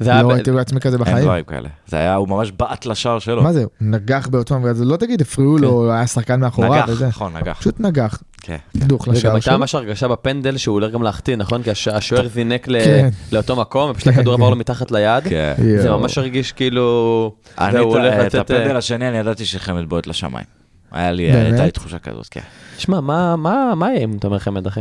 S7: זה היה
S5: לא
S7: ב-
S5: ראיתי גול עצמי כזה
S6: אין
S5: בחיים.
S6: דברים כאלה. זה היה, הוא ממש בעט לשער שלו.
S5: מה זה, הוא נגח באותו מבט, זה לא תגיד, הפריעו לו, היה שחקן מאחוריו
S6: כן. נגח,
S5: וזה.
S6: נכון, נגח.
S5: פשוט נגח,
S6: כן.
S5: דוך
S7: וגם
S5: לשער
S7: הייתה
S5: שלו.
S7: ממש הרגשה בפנדל שהוא עולה גם להחטיא, נכון? כי הש- השוער זינק ל-
S5: כן.
S7: לאותו מקום, ופשוט הכדור עבר לו מתחת
S5: אה,
S7: ליד.
S6: כן.
S7: זה
S5: יואו.
S7: ממש הרגיש כאילו...
S6: אני
S7: זהו, הוא הולך
S6: את- את
S7: לתת, אה,
S6: הפנדל השני, אני ידעתי שחמד בועט לשמיים. היה לי, אה,
S5: באמת?
S6: הייתה לי תחושה כזאת, כן.
S7: שמע, מה, מה, מה יהיה אם אתה אומר חמד, אחי?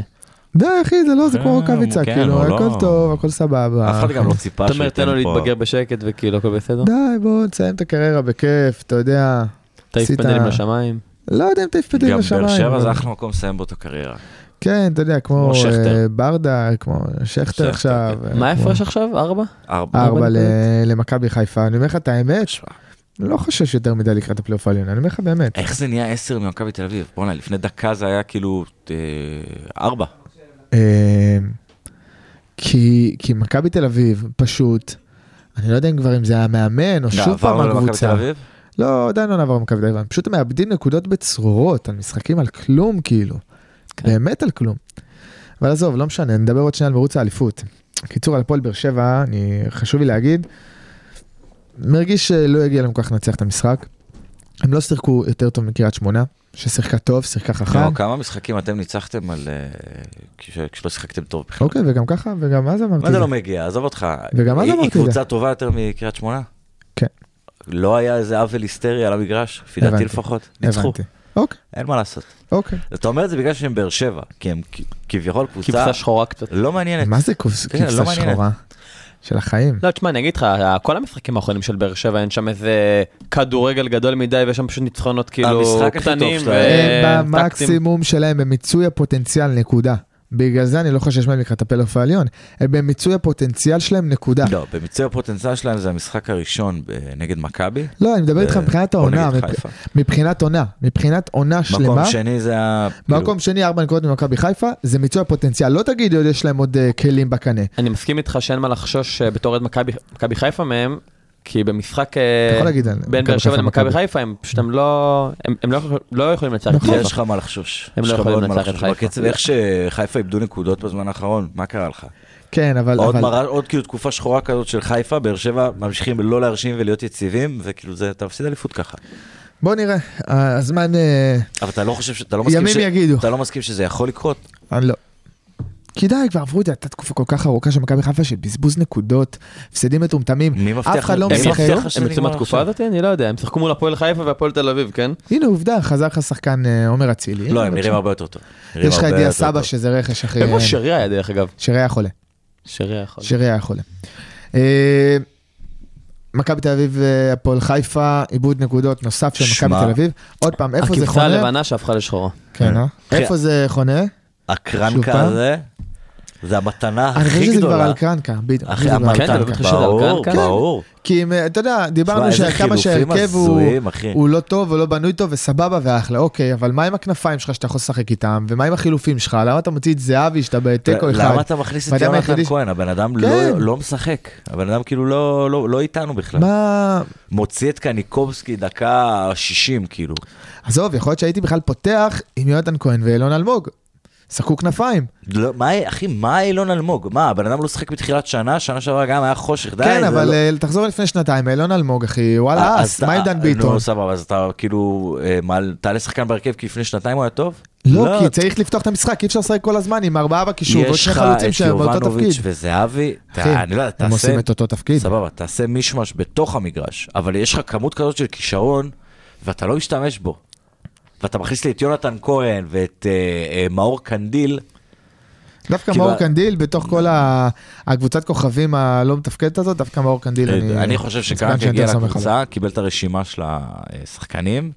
S5: די אחי, זה לא, זה כמו
S6: אה,
S5: רוקאביצה,
S6: כן,
S5: כאילו,
S6: הוא לא-
S5: הכל טוב, הכל סבבה.
S6: אף אחד גם לא ציפה
S7: אתה אומר, תן לו
S6: שייתן פה-
S7: להתבגר בשקט וכאילו הכל בסדר?
S5: די, בואו נסיים את הקריירה בכיף, אתה יודע.
S7: תעיף
S5: עשית-
S7: פנדלים לשמיים?
S5: לא יודע אם תעיף פנדלים
S6: גם
S5: לשמיים. אה.
S6: באר שבע
S5: אבל-
S6: זה אחלה מקום לסיים בו את הקריירה.
S5: כן, אתה יודע, כמו
S6: כמו שכטר.
S5: אה, ברדה, כמו שכטר
S6: שכטר, כן.
S5: עכשיו. אה,
S7: מה
S5: כמו-
S7: ההפרש עכשיו? ארבע?
S6: ארבע.
S5: ארבע ל-
S7: נקודות?
S5: למכבי חיפה, אני אומר לך את האמת,
S6: שמע,
S5: אני לא חושש יותר מדי לקראת הפלייאוף העליון, אני אומר לך באמת.
S6: איך זה נהיה עשר ממכבי תל אביב? בואנה, לפני דקה זה היה כאילו אה, ארבע.
S5: אה, כי כי מכבי תל אביב פשוט, אני לא יודע אם כבר אם זה המאמן או שוב פעם
S6: לא, עברנו למכבי תל
S5: הקבוצה.
S6: אביב?
S5: לא, עדיין לא נעבור למכבי תל אביב, פשוט הם מאבדים נקודות בצרורות על משחקים על כלום כאילו.
S6: כן.
S5: באמת על כלום. אבל עזוב, לא משנה, נדבר עוד שנייה על מרוץ האליפות. קיצור, על הפועל באר שבע, אני, חשוב לי להגיד, מרגיש שלא הגיע להם כל כך לנצח את המשחק. הם לא שיחקו יותר טוב מקריית שמונה, ששיחקה טוב, שיחקה
S6: לא,
S5: חכם.
S6: כמה משחקים אתם ניצחתם על... אה, כש- כשלא שיחקתם טוב בכלל?
S5: אוקיי, וגם ככה, וגם אז אמרתי.
S6: מה
S5: את
S6: זה לא מגיע? עזוב אותך.
S5: וגם אז
S6: היא-
S5: אמרתי את זה.
S6: היא קבוצה טובה יותר מקריית שמונה?
S5: כן.
S6: לא היה איזה עוול היסטרי על המגרש? לפי דעתי
S5: הבנתי.
S6: לפחות. ניצחו.
S5: הבנתי. אוקיי,
S6: אין מה לעשות.
S5: אוקיי.
S6: אתה אומר את זה בגלל שהם באר שבע, כי הם כ- כביכול קבוצה
S7: כבשה שחורה קצת.
S6: לא מעניינת.
S5: מה זה כבש-
S6: כן, לא
S5: כבשה
S6: מעניין.
S5: שחורה? של החיים.
S7: לא, תשמע, אני אגיד לך, כל המשחקים האחרונים של באר שבע, אין שם איזה כדורגל גדול מדי, ויש שם פשוט ניצחונות כאילו
S6: המשחק הכי
S7: קטנים
S6: טוב שלהם.
S5: הם
S7: וטקטים.
S5: במקסימום שלהם, במיצוי הפוטנציאל, נקודה. בגלל זה אני לא חושש מהם לקראת הפלייאוף העליון. הם במיצוי הפוטנציאל שלהם, נקודה.
S6: לא, במיצוי הפוטנציאל שלהם זה המשחק הראשון ב- נגד מכבי.
S5: לא, אני מדבר איתך
S6: ו-
S5: מבחינת
S6: או
S5: העונה,
S6: נגד
S5: מבח-
S6: אה, חיפה.
S5: מבחינת עונה, מבחינת עונה
S6: מקום
S5: שלמה.
S6: שני כאילו. זה ה...
S5: מקום שני, ארבע נקודות ממכבי חיפה, זה מיצוי הפוטנציאל. לא תגידי עוד יש להם עוד אה, כלים בקנה. אתה
S7: אני מסכים איתך שאין מה לחשוש אה, בתור אוהד מכבי- מכבי חיפה מהם, כי במשחק אה,
S5: יכול להגיד על...
S7: בין באר שבע למכבי חיפה, הם פשוט הם לא, הם- הם לא יכול- לא יכולים לנצח את
S5: נכון.
S6: כאילו, יש
S7: חיפה.
S6: לך מה לחשוש.
S7: הם לא
S6: יש לך
S7: יכולים
S6: מאוד מה
S7: לנצח את
S6: לחשוש.
S7: חיפה.
S6: בקצב איך שחיפה איבדו נקודות בזמן האחרון, מה קרה לך?
S5: כן, אבל...
S6: עוד
S5: אבל-
S6: מראה, עוד כאילו תקופה שחורה כזאת של חיפה, באר שבע ממשיכים לא להרשים ולהיות יציבים, וכאילו זה, אתה מפסיד אליפות ככה.
S5: בוא נראה, אה, הזמן... אה,
S6: אבל אתה לא חושב, ש- אתה לא מסכים,
S5: ימים יגידו.
S6: אתה לא מסכים שזה יכול לקרות?
S5: אני לא. כי די, כבר עברו את זה, הייתה תקופה כל כך ארוכה של מכבי חיפה של בזבוז נקודות, הפסדים מטומטמים,
S6: מי מבטיח
S5: אף אחד לא
S6: לך-
S7: הם
S6: מי
S5: משחק.
S6: מבטיח לך
S7: הם
S6: שזה
S7: יוצאים
S6: נגמר
S7: מהתקופה
S6: עכשיו?
S7: הזאת? אני לא יודע, הם שיחקו מול הפועל חיפה והפועל תל אביב, כן?
S5: הנה עובדה, חזר לך שחקן אה, עומר אצילי.
S6: לא,
S5: הנה,
S6: הם נראים
S5: בבקשה.
S6: הרבה יותר טוב. נראים
S5: יש לך את
S6: הרבה
S5: דיה
S6: יותר
S5: סבא
S6: טוב.
S5: שזה רכש אה, אחי.
S7: איפה שרי היה דרך אגב?
S5: שרי היה חולה.
S7: שרי היה
S6: אוקיי.
S7: יכול.
S5: שרי היה חולה. אה, מכבי תל אביב, אה, הפועל חיפה, עיבוד נקודות נוסף של
S6: שמע. כן.
S5: מכבי תל אביב. עוד פעם, איפה זה
S7: הקבצה
S5: חונה?
S7: הלבנה שהפכה לשחורה.
S5: כן, אה?
S6: אחי,
S5: איפה זה חונה?
S6: הקרנקה
S5: שוב פעם?
S6: הזה, זה המתנה
S5: אני חושב
S6: הכי
S5: שזה כבר על
S6: גדולה.
S5: קרנקה, בדיוק. אני חושב
S6: אה? אחי,
S5: שזה כבר על
S7: כן,
S6: המתנה-
S5: קרנקה.
S7: אתה באמת חושב שזה על
S6: ברור,
S7: קרקע?
S6: ברור.
S5: כי אם, אה, אתה יודע, דיברנו
S6: איזה
S5: שכמה
S6: חילופים
S5: שהרכב הוא,
S6: הזויים, אחי.
S5: הוא לא טוב ולא בנוי טוב וסבבה ואחלה, אוקיי, אבל מה עם הכנפיים שלך שאתה יכול לשחק איתם, ומה עם החילופים שלך, למה אתה מוציא את זהבי שאתה בתיקו אחד?
S6: למה אתה מכניס את
S5: ואדם
S6: יונתן
S5: היחידי ש-
S6: כהן? הבן אדם לא-
S5: כן.
S6: לא משחק. הבן אדם כאילו לא- לא לא איתנו בכלל.
S5: מה...
S6: מוציא את קניקובסקי דקה 60 כאילו.
S5: עזוב, יכול להיות שהייתי בכלל פותח עם יונתן כהן ואילון אלמוג. שחקו כנפיים.
S6: לא, מה, אחי, מה אילון אלמוג? מה, הבן אדם לא שיחק בתחילת שנה, שנה שעברה גם היה חושך, די.
S5: כן,
S6: זה
S5: אבל
S6: לא-
S5: אה, תחזור לפני שנתיים, אילון אלמוג, אחי, וואלה,
S6: אה,
S5: אס,
S6: אז
S5: מה עם
S6: אתה-
S5: דן ביטון?
S6: נו, סבבה, אז אתה כאילו, אה, מה, תעלה שחקן בהרכב כי לפני שנתיים הוא היה טוב?
S5: לא, כי צריך לפתוח את המשחק, אי אפשר לשחק כל הזמן עם ארבעה בקישור ועוד
S6: יש
S5: שני
S6: לך
S5: חלוצים
S6: את
S5: שהם באותו תפקיד.
S6: יובנוביץ' וזהבי, אתה-
S5: אחי,
S6: אני לא יודע,
S5: הם
S6: תעשה,
S5: עושים את אותו תפקיד.
S6: סבבה, תעשה מישמש בתוך המגרש, אבל יש לך כמות כזאת של כישרון, ואתה לא משתמש בו. ואתה מכניס לי את יונתן כהן ואת אה, אה, מאור קנדיל,
S5: דווקא
S6: כאילו-
S5: מאור קנדיל, בתוך כל ה- הקבוצת כוכבים הלא מתפקדת הזאת, דווקא מאור קנדיל,
S6: אה, אני, אני חושב שקרנק
S5: מצוין
S6: הגיע
S5: שאתה לא סומך עליו.
S6: לקבוצה, קיבל את הרשימה של השחקנים,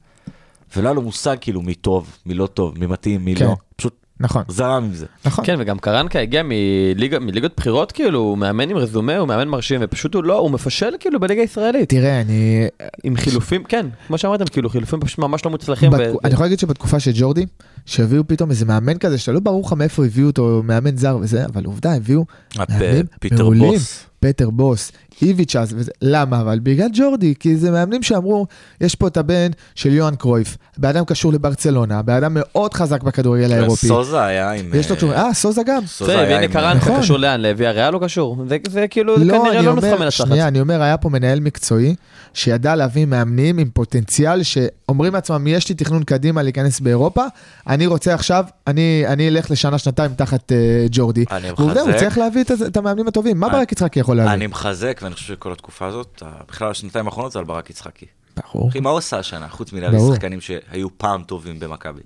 S6: ולא היה לו מושג כאילו מי טוב, מי לא טוב, מי מתאים, מי
S5: כן.
S6: לא. פשוט
S5: נכון,
S6: זרם עם זה.
S5: נכון.
S7: כן, וגם קרנקה הגיע מליגה- מליגות בחירות, כאילו, הוא מאמן עם רזומה, הוא מאמן מרשים, ופשוט הוא לא, הוא מפשל כאילו בליגה הישראלית.
S5: תראה, אני...
S7: עם חילופים, כן, כמו שאמרתם, כאילו חילופים פשוט ממש לא מוצלחים. ו-
S5: בתקו- אני יכול להגיד שבתקופה של ג'ורדי, שהביאו פתאום איזה מאמן כזה, שאתה לא ברור לך מאיפה הביאו אותו, מאמן זר וזה, אבל עובדה, הביאו
S6: הפ-
S5: מאמנים
S6: אה, פיטר
S5: מעולים.
S6: בוס.
S5: פטר בוס, איביץ' אז, וזה- למה? אבל בגלל ג'ורדי, כי זה מאמנים שאמרו, יש פה את הבן של יוהאן קרויף, באדם קשור לברצלונה, באדם מאוד חזק בכדורגל האירופי.
S6: כן, סוזה היה עם...
S5: יש לו קשור, אה, סוזה גם.
S6: סוזה
S7: בסדר,
S6: היה
S7: והנה
S6: עם-
S7: קרנקה
S5: נכון.
S7: קשור לאן? לוי הריאל לא קשור? זה- זה כאילו, זה
S5: לא,
S7: כנראה
S5: אני
S7: לא נוסחה
S5: אומר,
S7: מנצחת.
S5: שנייה, אני אומר, היה פה מנהל מקצועי שידע להביא מאמנים עם פוטנציאל שאומרים לעצמם, יש לי תכנון קדימה להיכנס באירופה, אני רוצה עכשיו, אני, אני אלך לשנה-שנתיים תחת uh, ג'ורדי.
S6: אני
S5: ועובדה, הוא
S6: מחזק.
S5: צריך להביא את, הזה- את המאמנים הטובים, מה
S6: אני-
S5: ברק יצחקי יכול
S6: אני
S5: להביא?
S6: מחזק, ואני חושב שכל התקופה הזאת, אה, בכלל השנתיים האחרונות זה על ברק יצחקי.
S5: ברור.
S6: אחי, מה הוא עשה השנה, חוץ מלהביא
S5: ברור.
S6: שחקנים שהיו פעם טובים במכבי?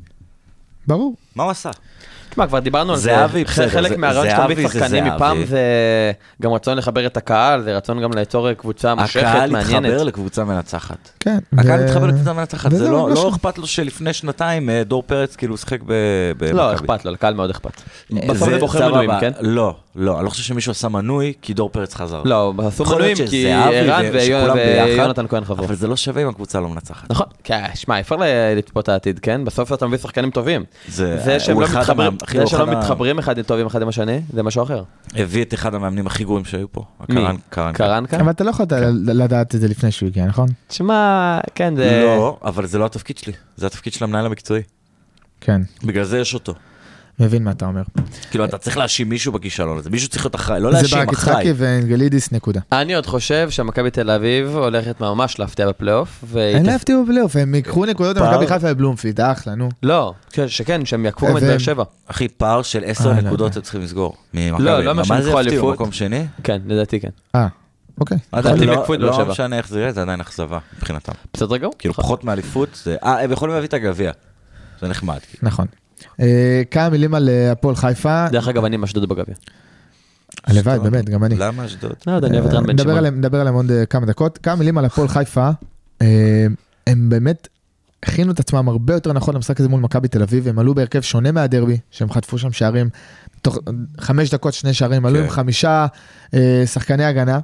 S5: ברור.
S6: מה הוא עשה?
S7: תשמע, כבר דיברנו על זה.
S6: זהבי,
S7: ח-
S6: בסדר,
S7: חלק
S6: זה-
S7: מהרעיון שאתה מביא
S6: זהבי זה
S7: שחקנים
S6: זהבי.
S7: מפעם זה גם רצון לחבר את הקהל, זה רצון גם ליצור קבוצה מושכת,
S6: הקהל התחבר
S7: מעניינת.
S6: לקבוצה מנצחת.
S5: כן.
S6: הקהל
S5: ו-
S6: התחבר לקבוצה מנצחת, זה
S5: וזהו,
S6: לא
S5: לא
S6: לא
S5: שם.
S6: אכפת לו שלפני שנתיים אה, דור פרץ כאילו שיחק ב- במכבי.
S7: לא, אכפת לו, לקהל מאוד אכפת.
S6: אה,
S7: בסוף
S6: זה-
S7: זה בוחר
S6: סבבה.
S7: מנויים, כן?
S6: לא, לא, אני לא חושב שמישהו עשה מנוי כי דור פרץ חזר.
S7: לא, עשו
S6: יכול
S7: מנויים
S6: להיות
S7: כי
S6: שזהבי
S7: ערן
S6: ו-
S7: ויונ-
S6: שכולם ביחד,
S7: ויונתן כהן חברו.
S6: אבל זה לא שווה אם הקבוצה לא מנצחת.
S7: נכון, כן, שמע, אי אפשר ל- לצפות את העתיד, כן? בסוף אתה מביא שחקנים טובים.
S6: זה-
S7: זה שהם
S6: הוא
S7: לא
S6: אחד
S7: מתחברים-
S6: המאמ- אחי,
S7: זה
S6: הוא
S7: שלא
S6: אחד ה-
S7: מתחברים אחד עם טובים אחד עם השני, זה משהו אחר.
S6: הביא את אחד המאמנים הכי גרועים שהיו פה.
S7: מי?
S6: הקרן- קרנקה.
S7: קרנקה?
S5: אבל אתה לא יכול
S6: כן.
S5: לדעת את זה לפני שהוא הגיע, נכון?
S7: תשמע, כן, זה...
S6: לא, אבל זה לא התפקיד שלי, זה התפקיד של המנהל המקצועי.
S5: כן,
S6: בגלל זה יש אותו.
S5: מבין מה אתה אומר.
S6: כאילו, אתה צריך להאשים מישהו בכישלון הזה, מישהו צריך להיות אחראי, לא
S5: זה
S6: להאשים
S5: ברק
S6: אחראי.
S5: יצחקי ואנגלידיס, נקודה.
S7: אני עוד חושב שמכבי תל אביב הולכת ממש להפתיע בפלייאוף. והיא
S5: הם
S7: תפ-
S5: לא יפתיעו בפלייאוף, הם ייקחו נקודות
S6: פער-
S5: במכבי חיפה ובלומפילד, אה, אחלה, נו.
S7: לא, כן, שכן, שהם יעקפו גם את
S5: והם-
S7: באר שבע.
S6: אחי, פער של 10
S5: אה, לא,
S6: נקודות
S5: לא.
S6: הם צריכים לסגור. ממכבי.
S7: לא, לא
S6: מה
S7: אומר שהם
S6: זה
S7: יקחו
S6: יפתיעו,
S7: אליפות.
S6: מקום שני?
S7: כן, לדעתי כן.
S5: אה, אוקיי.
S6: עדיין
S7: הם
S6: לא-
S7: יקחו את באר
S6: לא
S7: שבע.
S6: משנה איך זה יהיה, זה עדיין אכזבה מבחינתם.
S7: בסדר גמור.
S6: כאילו,
S7: נכון.
S6: פחות מאליפות, זה... אה, הם יכולים להביא את הגביע. זה נחמד. כאילו.
S5: נכון. אה, כמה מילים על אה, הפועל חיפה,
S7: דרך אגב, אני עם אשדוד בגביע.
S5: הלוואי, באמת, גם אני.
S6: למה אשדוד?
S7: לא יודע, אני אוהב את רן בן
S5: נדבר
S7: שמעון.
S5: עליהם- נדבר עליהם עוד אה, כמה דקות. כמה מילים על הפועל חיפה, אה, הם באמת הכינו את עצמם הרבה יותר נכון למשחק הזה מול מכבי תל אביב, הם עלו בהרכב שונה מהדרבי, שהם חטפו שם שערים, תוך חמש דקות שני שערים, עלו
S6: כן.
S5: עם חמישה אה, שחקני הגנה.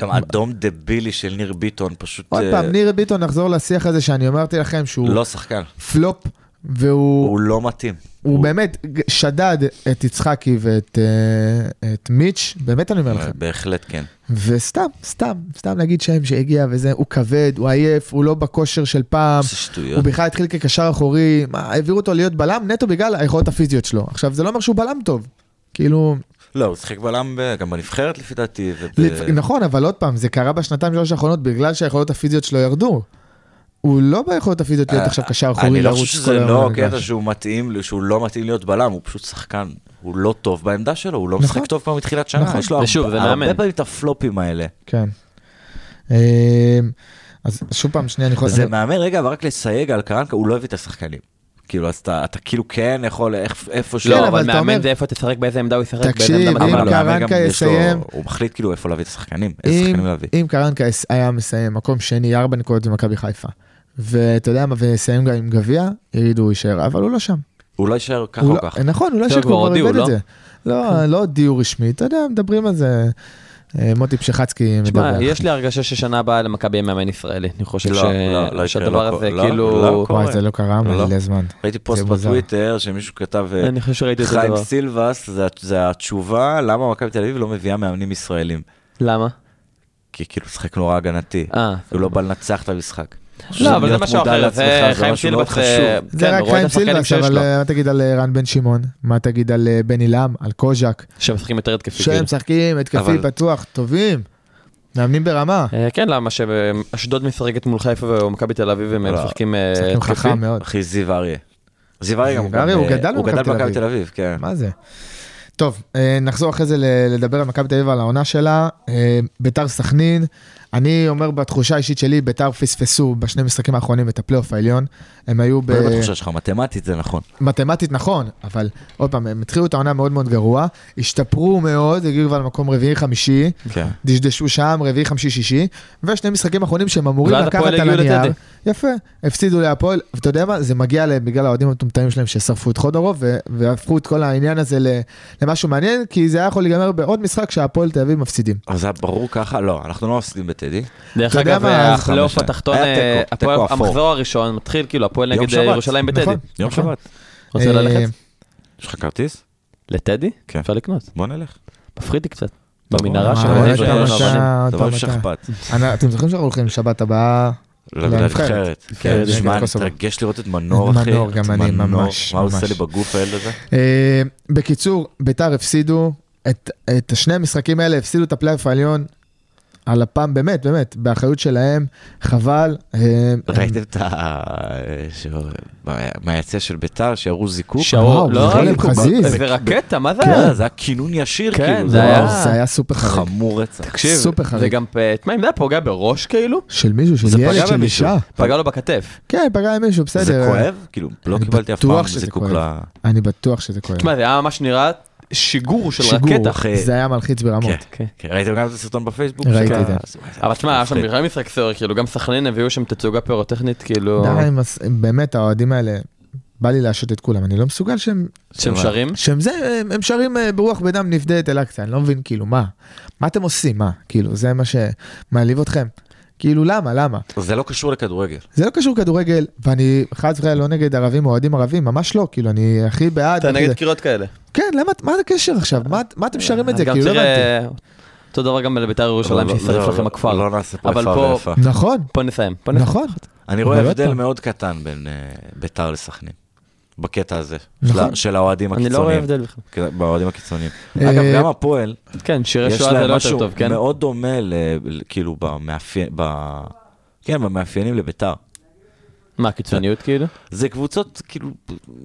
S6: גם אדום דבילי של ניר ביטון, פשוט
S5: עוד
S6: אה,
S5: פעם, ניר ביטון, נחזור לשיח הזה שאני אמרתי לכם שהוא
S6: לא שחקן.
S5: פלופ, והוא
S6: הוא לא מתאים.
S5: הוא באמת שדד את יצחקי ואת אה, את מיץ', באמת אני אומר
S6: אה,
S5: לכם.
S6: בהחלט כן.
S5: וסתם, סתם, סתם להגיד שם שהגיע וזה, הוא כבד, הוא עייף, הוא לא בכושר של פעם,
S6: זה שטויות.
S5: הוא בכלל התחיל כקשר אחורי, מה, העבירו אותו להיות בלם נטו בגלל היכולות הפיזיות שלו. עכשיו, זה לא אומר שהוא בלם טוב. כאילו,
S6: לא, הוא שיחק בלם ב- גם בנבחרת לפי דעתי. וב-
S5: לפ... נכון, אבל עוד פעם, זה קרה בשנתיים שלוש האחרונות בגלל שהיכולות הפיזיות שלו ירדו. הוא לא ביכולות הפיזיות להיות עכשיו קשר
S6: אני
S5: אחורי
S6: לא
S5: לרוץ
S6: חושב
S5: כל
S6: שזה
S5: היום
S6: לא
S5: על המגרש.
S6: קטע שהוא מתאים, שהוא לא מתאים להיות בלם, הוא פשוט שחקן. הוא לא טוב בעמדה שלו, הוא לא
S5: נכון.
S6: משחק טוב כבר מתחילת שנה.
S5: נכון.
S6: יש לו
S7: ושוב,
S6: הרבה-
S7: זה מאמן.
S6: הרבה פעמים את הפלופים האלה.
S5: כן. אה, אז שוב פעם, שנייה, אני יכול...
S6: זה
S5: אני-
S6: מאמן, רגע, אבל רק לסייג על קרנקה, הוא לא הביא את השחקנים. כאילו, אז אתה אתה כאילו כן יכול, איך- איפה ש...
S5: כן,
S7: לא,
S5: אבל
S7: אבל
S5: אתה
S7: מאמן
S5: אומר-
S7: זה איפה תשחק, באיזה עמדה הוא ישחק, באיזה
S5: תקשיב,
S7: עמדה
S5: אם
S6: אבל
S7: מתאימה לו.
S6: המאמן
S5: קרנקה
S6: גם יש לו-
S5: יסיים-
S6: הוא מחליט כאילו איפה להביא את השחקנים, איזה שחקנים
S5: אם,
S6: להביא.
S5: אם קרנקה יס- היה מסיים מקום שני, ארבע נקודות במכבי חיפה, ואתה יודע מה, ויסיים גם עם גביע, יגידו הוא יישאר, אבל הוא לא שם.
S6: הוא לא יישאר ככה
S5: הוא
S6: או
S5: לא-
S6: ככה.
S5: נכון, אולי
S7: זהו, כבר
S5: שכבר
S7: הודיעו,
S5: איבד את
S7: לא?
S5: זה. לא, לא הודיעו רשמית, אתה יודע, מדברים על זה. אה, מוטי פשחצקי
S7: תשמע,
S5: מדבר.
S7: יש לי הרגשה ששנה הבאה למכבי יהיה מאמן ישראלי. אני חושב
S6: לא,
S7: ש-
S6: לא, לא
S7: שהדבר
S6: יקרה, לא
S7: הזה
S6: קורה, לא,
S7: כאילו...
S6: לא
S5: וואי,
S6: קורה.
S5: זה לא קרה
S6: לא.
S5: מלא זמן.
S7: כן,
S6: ראיתי פוסט
S5: זה מוזר.
S6: בטוויטר שמישהו כתב... אה,
S7: אני חושב שראיתי את זה
S6: חיים
S7: דבר.
S6: סילבס זה, זה התשובה למה מכבי תל אביב לא מביאה מאמנים ישראלים.
S7: למה?
S6: כי כאילו משחק נורא הגנתי.
S7: אה.
S6: הוא לא בא לנצח את המשחק.
S7: לא, אבל זה
S6: להיות
S7: משהו
S6: מודע
S7: אחר, זה
S6: לעצמך, זה
S7: חיים
S6: משהו מאוד
S7: סילבס, זה-
S6: חשוב.
S5: זה
S7: כן,
S5: רק
S7: הוא רואה את
S5: חיים
S7: השחקנים
S5: סילבס,
S7: שיש
S5: אבל
S7: לו,
S5: אה, מה תגיד על אה, רן בן שמעון? מה תגיד על אה, בן עילם? על קוז'ק?
S7: שמשחקים יותר התקפי. כאילו.
S5: שהם
S6: כן.
S5: משחקים התקפי
S6: אבל-
S5: פתוח, טובים. מאמנים ברמה.
S7: אה, כן, למה שאשדוד משחקת מול חיפה ומכבי תל אביב הם
S6: לא,
S7: משחקים אה,
S5: משחקים
S7: התקפי.
S5: חכם מאוד.
S6: אחי, זיו אריה. זיו אריה גם...
S5: זיו אריה, הוא
S6: גם, אה,
S5: גדל
S6: הוא
S5: במכבי
S6: גדל
S5: תל
S6: במכבי
S5: אביב.
S6: תל אביב, כן.
S5: מה זה? טוב, אה, נחזור אחרי זה ל- לדבר על מכבי תל אביב, על העונה שלה. אה, ביתר סכנין, אני אומר בתחושה האישית שלי, ביתר פספסו בשני המשחקים האחרונים את הפלייאוף העליון. הם היו ב...
S6: מה זה בתחושה לא שלך? מתמטית זה נכון.
S5: מתמטית נכון, אבל עוד פעם, הם התחילו את העונה מאוד מאוד גרוע, השתפרו מאוד, הגיעו כבר למקום רביעי-חמישי,
S6: כן.
S5: דשדשו שם, רביעי-חמישי-שישי, ושני משחקים אחרונים שהם אמורים
S7: ואז
S5: לקחת
S7: הפועל
S5: על
S7: הגיעו
S5: הנייר.
S7: לטדי.
S5: יפה, הפסידו להפועל, ואתה יודע מה, זה מגיע להם בגלל האוהדים המטומטמים שלהם ששרפו את חודרוב, ו- והפכו את כל העניין הזה ל- למשהו מעניין, כי זה היה יכול להיגמר בעוד משחק שהפועל תל אביב מפסידים.
S6: אז זה היה ברור ככה? לא, אנחנו לא מפסידים בטדי.
S7: דרך
S5: אתה יודע
S7: אגב, אה,
S5: מה, אז-
S7: הפלייאוף
S6: חמש,
S7: התחתון,
S6: היה
S7: אה,
S6: תיקו,
S7: הפועל-
S6: תיקו אפור.
S7: המחזור הראשון מתחיל כאילו הפועל
S6: יום
S7: נגד אה,
S6: שבת.
S7: ירושלים בטדי.
S5: נכון.
S6: יום
S5: נכון.
S6: שבת.
S7: רוצה
S5: אה,
S7: ללכת?
S6: יש לך כרטיס?
S7: לטדי?
S6: כן.
S7: אפשר לקנות.
S6: בוא נלך.
S7: מפחיד לי קצת.
S6: תבוא.
S7: במנהרה
S5: אה,
S7: של
S5: עוד פעם
S7: הבנים של אלון
S5: אתה-
S7: אבנים.
S5: עוד
S6: תבוא
S5: פעם
S6: עם
S5: אתה.
S6: שכפ"ץ.
S5: אנ- אתם זוכרים שאנחנו הולכים שבת הבאה? לנבחרת.
S6: לנבחרת.
S5: לא, כן,
S6: כן,
S5: נגד
S6: תשמע, אני
S5: קוסובו.
S6: מתרגש לראות את מנור, אחי.
S5: מנור, גם
S6: את
S5: אני,
S6: מנור.
S5: ממש,
S6: מה הוא עושה
S5: ממש.
S6: לי בגוף, הילד הזה?
S5: אה, בקיצור, ביתר הפסידו את, את שני המשחקים האלה, הפסידו את הפלייאוף העליון על הפעם, באמת, באמת, באחריות שלהם, חבל. אה, הם-
S6: ראיתם את ה... ש- מה- מהיציע של ביתר, שירו זיקוק?
S7: שעור,
S5: אה, וואו,
S7: לא,
S5: בכלל הם
S7: זיקוק,
S5: חזיז.
S7: איזה רקטה, מה זה היה?
S6: כן, זה היה כינון ישיר,
S7: כן,
S6: כאילו.
S7: זה היה-
S5: זה היה סופר
S6: נכון.
S5: חריג.
S6: חמור רצח.
S7: תקשיב,
S5: סופר
S7: זה
S5: חריג.
S7: גם, פ- תשמע, אם זה היה פוגע בראש כאילו,
S5: של מישהו, של
S6: זה פגע
S5: ילד, של
S6: במישהו.
S5: אישה.
S7: פגע לו בכתף.
S5: כן, פגע במישהו, בסדר. אה,
S6: זה כואב? כאילו, לא
S5: אני
S6: קיבלתי אף
S5: בטוח
S6: פעם
S5: שזה
S6: זיקוק
S5: כואב.
S6: ל...
S5: אני בטוח שזה כואב.
S7: תשמע, זה היה ממש נראה שיגור של
S5: שיגור,
S7: רקטה.
S6: אחי.
S5: זה היה מלחיץ ברמות.
S6: כן,
S7: כן.
S6: כן. ראיתם גם את הסרטון בפייסבוק?
S5: ראיתי כן.
S6: שכאילו,
S5: את
S6: זה-
S7: אבל תשמע, היה שם
S6: מפחיד.
S7: בכלל משחק סוער, כאילו, גם סכנין הביאו שם תצוגה פירוטכנית, כאילו,
S5: די, עם הס- באמת, האוהדים האלה, בא לי להשעות את כולם, אני לא מסוגל שהם
S7: שהם שרים.
S5: שהם זה, הם, הם שרים אה, ברוח בדם נפדה את אל-אקצא, אני לא מבין, כאילו, מה? מה אתם עושים? מה? כאילו, זה מה שמעליב אתכם? כאילו, למה? למה?
S6: זה לא קשור לכדורגל.
S5: זה לא קשור כדורגל, ואני חס וחלילה לא נגד ערבים, אוהדים ערבים, ממש לא, כאילו, אני הכי בעד.
S7: אתה
S5: הכי
S7: נגד
S5: זה.
S7: קריאות כאלה.
S5: כן, למה, מה הקשר עכשיו? מה, מה אתם שרים את זה?
S7: גם
S5: כאילו, לא הבנתי.
S7: תראה, אותו דבר גם לביתר ירושלים
S6: לא,
S7: שהצטרף
S6: לא,
S7: לכם
S6: לא,
S7: הכפר.
S6: לא נעשה פה
S7: אבל
S6: איפה
S7: פה-
S6: ואיפה.
S5: נכון,
S7: פה נסיים, פה נסיים.
S5: נכון.
S6: אני רואה
S5: אבל
S6: הבדל
S5: בטח.
S6: מאוד קטן בין אה, ביתר לסכנין. בקטע הזה.
S5: נכון.
S6: של ה- של האוהדים
S7: אני
S6: הקיצוניים.
S7: לא רואה הבדל בכלל.
S6: כן, באוהדים הקיצוניים.
S5: אה,
S6: אגב, גם הפועל,
S7: כן, שירי
S6: יש
S7: שואה זה
S6: להם
S7: לא יותר
S6: משהו
S7: טוב, כן?
S6: מאוד דומה, ל- ל- כאילו, במאפיין... ב- כן, במאפיינים לביתר.
S7: מה, קיצוניות כאילו?
S6: זה קבוצות, כאילו,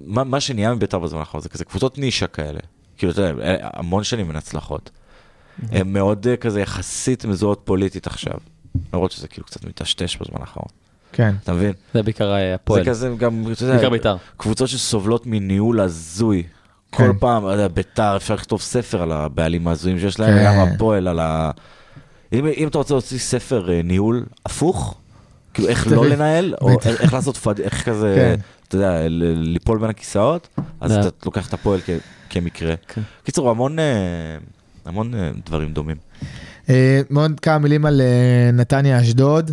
S6: מה, מה שנהיה מביתר בזמן האחרון, זה כזה קבוצות נישה כאלה. כאילו, אתה יודע, אה, המון שנים אין הצלחות.
S7: Mm-hmm.
S6: הן מאוד אה, כזה יחסית מזוהות פוליטית עכשיו. למרות שזה כאילו קצת מטשטש בזמן האחרון.
S5: כן.
S6: אתה מבין?
S7: זה בעיקר אה, הפועל.
S6: זה כזה גם, אתה
S7: בעיקר
S6: יודע,
S7: בית"ר.
S6: קבוצות שסובלות מניהול הזוי.
S5: כן.
S6: כל פעם, אתה יודע, ביתר, אפשר לכתוב ספר על הבעלים ההזויים שיש להם,
S5: כן.
S6: גם הפועל, על ה... אם, אם אתה רוצה להוציא ספר אה, ניהול הפוך, כאילו איך לא
S5: תביא.
S6: לנהל, או
S5: בטח.
S6: איך לעשות פד... איך כזה,
S5: כן.
S6: אתה יודע, ל- ליפול בין הכיסאות, אז
S7: זה-
S6: אתה לוקח את הפועל כ... כמקרה.
S5: כן.
S6: קיצור, המון, אה, המון אה, דברים דומים.
S5: אה, עוד כמה מילים על אה, נתניה אשדוד.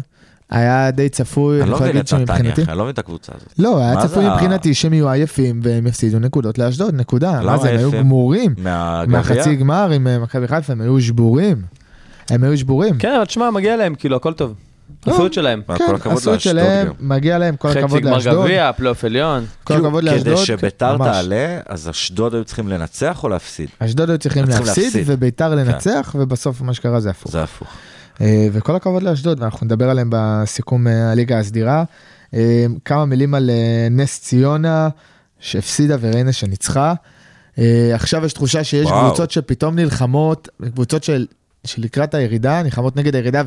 S5: היה די צפוי,
S6: אני לא
S5: יכול
S6: מבין
S5: להגיד
S6: את נתניה,
S5: שמבחינתי...
S6: אחי, אני לא מבין את הקבוצה הזאת.
S5: לא, היה
S6: מה זה
S5: צפוי
S6: ה-
S5: מבחינתי שהם יהיו עייפים והם יפסידו נקודות לאשדוד, נקודה.
S6: למה
S5: מה זה, הם היו
S6: לא עייפים?
S5: גמורים.
S6: מהגביע?
S5: מהחצי גמר עם אה, מכבי חיפה, הם היו שבורים. הם היו שבורים.
S7: כן, אבל תשמע, מגיע להם, כאילו, הכל טוב.
S5: לא.
S7: הזכות שלהם.
S6: מה, כל הכבוד
S5: עשו את
S6: לאשדוד
S5: שלהם,
S6: גם.
S5: מגיע להם כל
S7: חצי
S5: הכבוד
S7: גמר
S5: לאשדוד.
S7: גביע, פלייאוף עליון.
S5: כל
S6: כאילו,
S5: הכבוד
S6: כדי
S5: לאשדוד.
S6: שביתר
S5: ממש.
S6: תעלה, אז אשדוד היו צריכים לנצח או להפסיד?
S5: אשדוד היו צריכים
S6: צריכים
S5: להפסיד
S6: להפסיד. כן.
S5: וביתר לנצח, ובסוף מה שקרה זה הפוך.
S6: זה הפוך.
S5: אה, וכל הכבוד לאשדוד, ואנחנו נדבר עליהם בסיכום אה, הליגה הסדירה. אה, כמה מילים על אה, נס ציונה, שהפסידה וריינה שניצחה. אה, עכשיו יש תחושה שיש
S6: וואו.
S5: קבוצות שפתאום נלחמות, קבוצות של... שלקראת הירידה, נלחמות נגד הירידה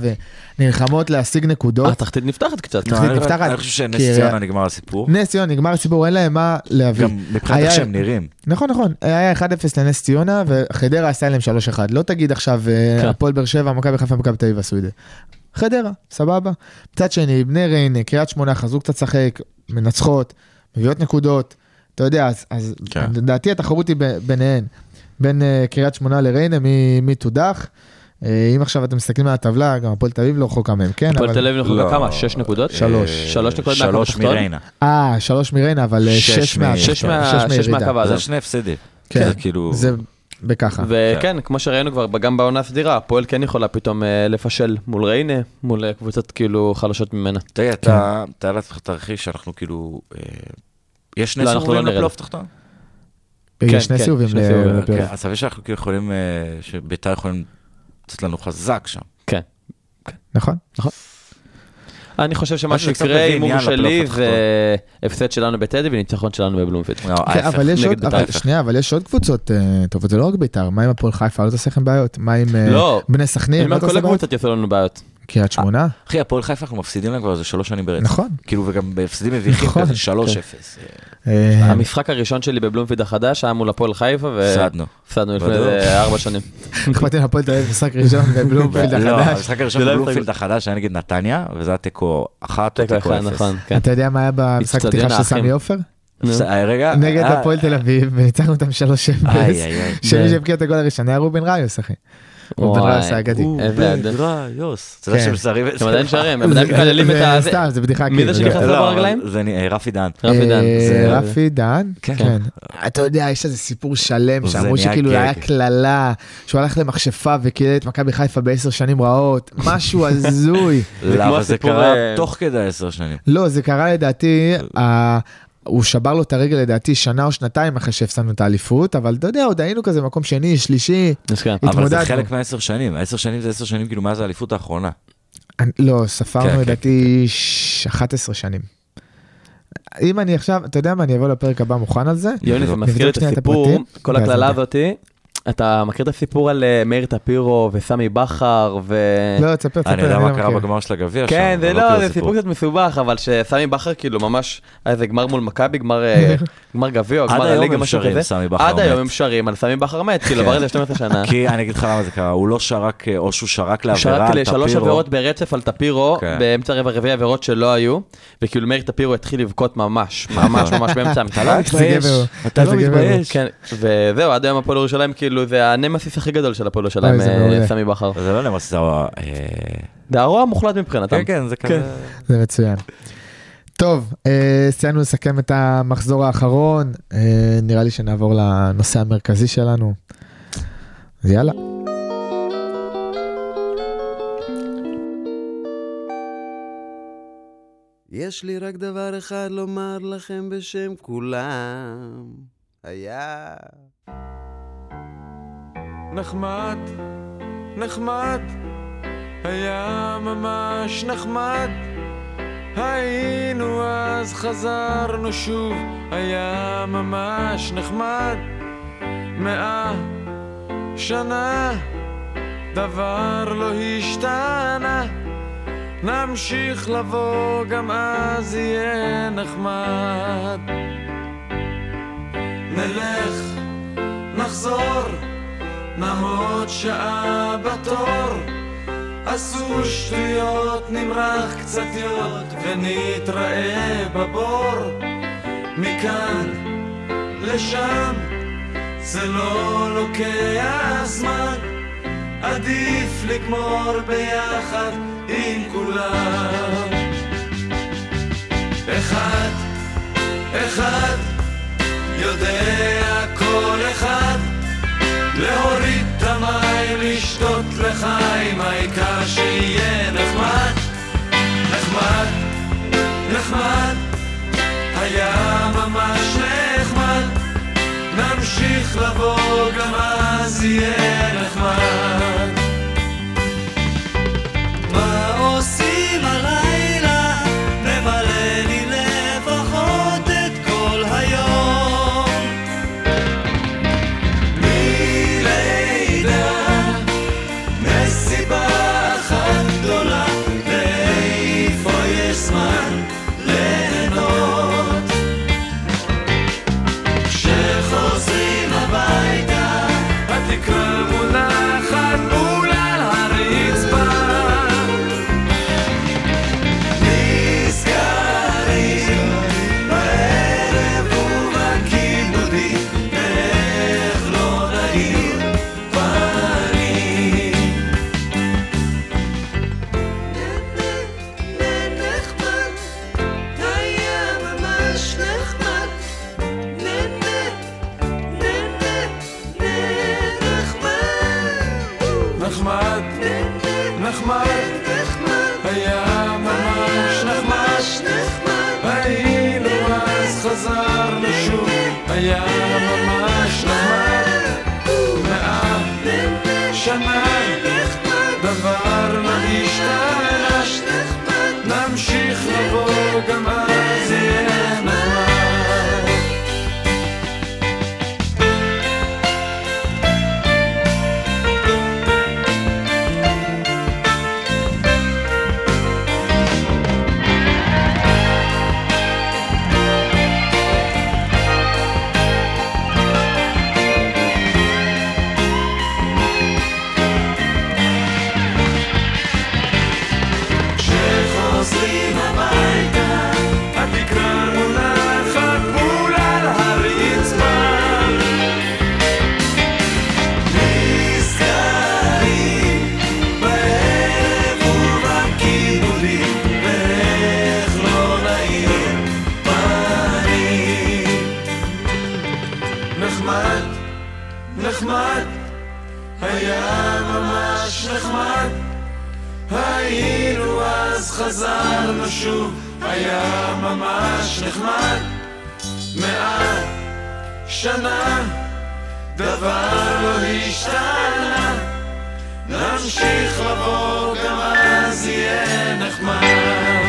S5: ונלחמות להשיג נקודות.
S7: אה, התחתית נפתחת קצת.
S5: תחתית
S6: לא, אני-
S5: נפתחת.
S6: אני חושב שנס
S5: כי-
S6: ציונה נגמר הסיפור.
S5: נס ציונה, נגמר הסיפור, אין להם מה להביא.
S6: גם מבחינת
S5: היה-
S6: איך שהם נראים.
S5: נכון, נכון. היה 1-0 לנס ציונה, וחדרה עשה להם 3-1. לא תגיד עכשיו, אה,
S7: כן.
S5: הפועל באר שבע, מכבי חיפה, מכבי תל אביב עשו את זה. חדרה, סבבה. מצד שני, בני ריינה, קריית שמונה, חזרו קצת לשחק, מנצחות, מביאות נקודות. אתה אתה יודע, אז, אז
S6: כן.
S5: לדעתי התחרות היא ב- ביניהן, בין אה, קריית שמונה לריינה, מי, מי תודח. אה, אם עכשיו אתם מסתכלים על הטבלה, גם הפועל תל אביב לא רחוקה מהם, כן?
S7: הפועל
S5: אבל...
S7: תל אביב
S6: לא.
S7: נכונה כמה? שש נקודות?
S5: שלוש.
S7: שלוש נקודות מהקו
S6: שלוש
S7: התחתון?
S6: מריינה.
S5: אה, שלוש מריינה, אבל אה,
S6: שש
S5: שש
S6: מ-
S5: מה...
S7: שש מה-
S5: שש
S7: שש
S5: מהירידה.
S7: מהקו האדום.
S6: זה שני הפסדים.
S5: כן.
S6: זה כאילו...
S5: זה בככה.
S7: וכן, כמו שראינו כבר, גם בעונה הסדירה, הפועל כן יכולה פתאום אה, לפשל מול ריינה, מול אה, קבוצות כאילו חלשות ממנה.
S5: כן.
S6: תגיד, אתה תאר לעצמך תרחיש שאנחנו כאילו... אה, יש שני
S7: לא, אנחנו
S6: סיבובים
S7: לא נרד.
S6: לפלייאוף תחתון?
S5: אה, יש
S7: כן,
S5: שני
S7: כן,
S5: סיבובים
S7: שני
S5: ל-
S7: סיבובים,
S5: לפלייאוף.
S6: כן, אז סביר שאנחנו כאילו יכולים... אה, שביתר יכולים לצאת לנו חזק שם.
S7: כן.
S5: נכון?
S7: אני חושב שמה
S6: משהו קצת
S7: שיקרה,
S6: מביא
S7: הימור
S6: עניין
S7: שלי
S6: לפלייאוף
S7: זה הפסד שלנו בטדי וניצחון שלנו בבלומפילד.
S6: לא,
S5: כן,
S6: ההפך.
S5: אבל יש
S7: נגד
S5: עוד,
S7: בית"ר,
S5: אבל-
S7: ההפך.
S5: שנייה, אבל יש עוד קבוצות אה, טובות, זה לא רק בית"ר, מה עם הפועל חיפה? לא תעשה לכם בעיות. מה עם אה,
S7: לא.
S5: בני
S7: אני
S5: סכנין?
S7: אומר,
S5: לא
S7: כל
S5: תעשה בעיות?
S7: הקבוצות אה, יעשו לנו בעיות.
S5: קריית שמונה?
S6: אחי, הפועל חיפה אנחנו מפסידים להם כבר איזה שלוש שנים
S7: אה,
S6: ברצף.
S5: נכון.
S6: כאילו, וגם בהפסדים מביכים
S5: נכון,
S6: כזה
S5: כן.
S6: 3-0. אה,
S5: אה,
S7: המשחק הראשון שלי בבלומפילד החדש היה מול הפועל חיפה,
S6: הפסדנו.
S7: והפסדנו לפני
S6: בדוק.
S7: איזה ארבע שנים.
S5: אכפת לי להפועל תל אביב, משחק ראשון בבלומפילד
S6: לא,
S5: החדש.
S6: המשחק הראשון
S7: זה אה, לא
S6: בבלומפילד
S7: ההפסד.
S6: החדש היה נגד נתניה, וזה היה תיקו אחת או
S7: תיקו
S6: תיקו
S7: אחד,
S6: אפס.
S7: נכון, כן.
S5: אתה יודע מה היה במשחק
S7: אצטדיון
S5: פתיחה של
S7: האחים.
S5: סמי עופר?
S7: נו.
S6: זה- אה, רגע.
S5: נגד
S6: אה,
S5: הפועל תל אביב, וניצחנו אותם 3-0.
S6: איי, איי, איי.
S5: שמי
S7: ב-
S5: שהבקיע את הגול הראשון היה רובן ראיוס, אחי. רובן
S7: וואי.
S5: ראיוס האגדי.
S7: איזה אדיר.
S6: גרייוס. אתה יודע
S5: כן.
S6: לא שהם שרים את
S7: הם עדיין שרים, הם
S5: זה-
S7: עדיין מקללים את
S5: זה-
S7: ה...
S5: אה, סתם, זה בדיחה.
S7: מי
S5: כאילו,
S7: זה
S5: לא.
S7: שנכנס?
S6: לא,
S7: לו
S6: אבל
S7: ברגליים?
S6: זה נ- אה, רפי דן.
S7: רפי דן.
S5: אה,
S7: זה-
S5: רפי דן,
S6: כן.
S5: כן. אתה יודע, יש איזה סיפור שלם
S6: זה
S5: שאמרו
S6: נהיה
S5: שכאילו
S6: גג.
S5: היה קללה, שהוא הלך למכשפה וקילל את מכבי חיפה בעשר שנים רעות, משהו הזוי.
S6: למה לא, זה
S7: הסיפור,
S6: קרה
S7: אה,
S6: תוך כדי עשר שנים?
S5: לא, זה קרה לדעתי, ה- הוא שבר לו את הרגל לדעתי שנה או שנתיים אחרי שהפסדנו את האליפות, אבל אתה יודע, עוד היינו כזה מקום שני, שלישי,
S7: נזכר.
S6: אבל זה
S5: התמודדנו.
S6: חלק מעשר שנים, עשר שנים זה עשר שנים כאילו מאז האליפות האחרונה.
S5: אני- לא,
S6: כן,
S5: ספרנו
S6: כן,
S5: לדעתי ש- 11 שנים. אם אני עכשיו, אתה יודע מה, אני אבוא לפרק הבא מוכן על זה?
S7: יוני, זה
S6: נבדוק
S7: מזכיר לי את
S5: שנייה את
S7: הסיפור,
S5: הפרטים,
S7: כל
S5: ואז
S7: הקללה
S5: נדע.
S7: הזאתי. אתה מכיר את הסיפור על אה, מאיר טפירו וסמי בכר ו...
S5: לא, תספר, תספר,
S6: אני
S5: אני
S6: יודע
S5: לא
S6: מה קרה
S5: מכיר.
S6: בגמר של הגביע שם.
S7: כן, זה
S6: אבל
S7: לא,
S6: כאילו
S7: זה סיפור קצת מסובך, אבל שסמי בכר כאילו ממש, היה איזה גמר מול מכבי, גמר אה, גמר גביע, או
S6: עד
S7: גמר
S6: היום
S7: הליגה,
S6: הם
S7: משהו
S6: שרים,
S7: כזה.
S6: סמי בכר
S7: עד היום
S6: מת.
S7: הם שרים על סמי בכר מת, כאילו
S6: כן.
S7: עבר איזה 12 שנה.
S6: כי אני אגיד לך למה זה קרה, הוא לא שרק, אה, או שהוא שרק לעבירה
S7: שרקתי
S6: על
S7: לשלוש
S6: טפירו.
S7: עבירות ברצף על טפירו,
S6: כן.
S7: באמצע רבע רביעי עבירות שלא היו, וכאילו מאיר טפירו התחיל לבכות ממש, ממש ממש באמצע המשחק.
S6: אתה לא
S5: איזה
S6: מתבייש,
S5: גבר.
S6: אתה לא
S5: איזה גבר.
S6: מתבייש.
S7: כן, וזהו, עד היום הפועל ירושלים, כאילו, זה הנמסיס הכי גדול של הפועל ירושלים,
S5: אוי, זה
S7: אה,
S5: מעולה.
S7: סמי בכר.
S6: זה לא נמס, זה... ה- אה,
S7: זה הרוע המוחלט מבחינתם.
S6: כן, כן, זה כזה...
S5: זה מצוין. טוב, אה, סיימנו לסכם את המחזור האחרון, אה, נראה לי שנעבור לנושא המרכזי שלנו. אז יאללה.
S8: יש לי רק דבר אחד לומר לכם בשם כולם. היה...
S9: נחמד, נחמד, היה ממש נחמד. היינו אז חזרנו שוב, היה ממש נחמד. מאה שנה, דבר לא השתנה. נמשיך לבוא, גם אז יהיה נחמד. נלך, נחזור. נעמוד שעה בתור, עשו שטויות, נמרח קצת יוד, ונתראה בבור. מכאן לשם, זה לא לוקח זמן, עדיף לגמור ביחד עם כולם. אחד, אחד, יודע כל אחד. להוריד את המים, לשתות לחיים, העיקר שיהיה נחמד, נחמד, נחמד, היה ממש נחמד, נמשיך לבוא, גם אז יהיה נחמד. מה עושים הלילה? נבלה לי לפחות את כל היום. מלידה, מסיבה אחת, נחמד, היה ממש ממש נחמד, היינו אז חזרנו שוב, היה ממש נחמד, מאה שנה, דבר לא השתנה, נמשיך לבוא גם אז יהיה נחמד. כשחוזרים הביתה, התקרה מונחת מול על הרצפה. נזכרים בערב ובכיבודים, ואיך לא נעים פנים. נחמד, נחמד, היה ממש נחמד. היינו אז חזרנו שוב, היה ממש נחמד. מאה שנה, דבר לא השתנה. נמשיך לבוא, גם אז יהיה נחמד.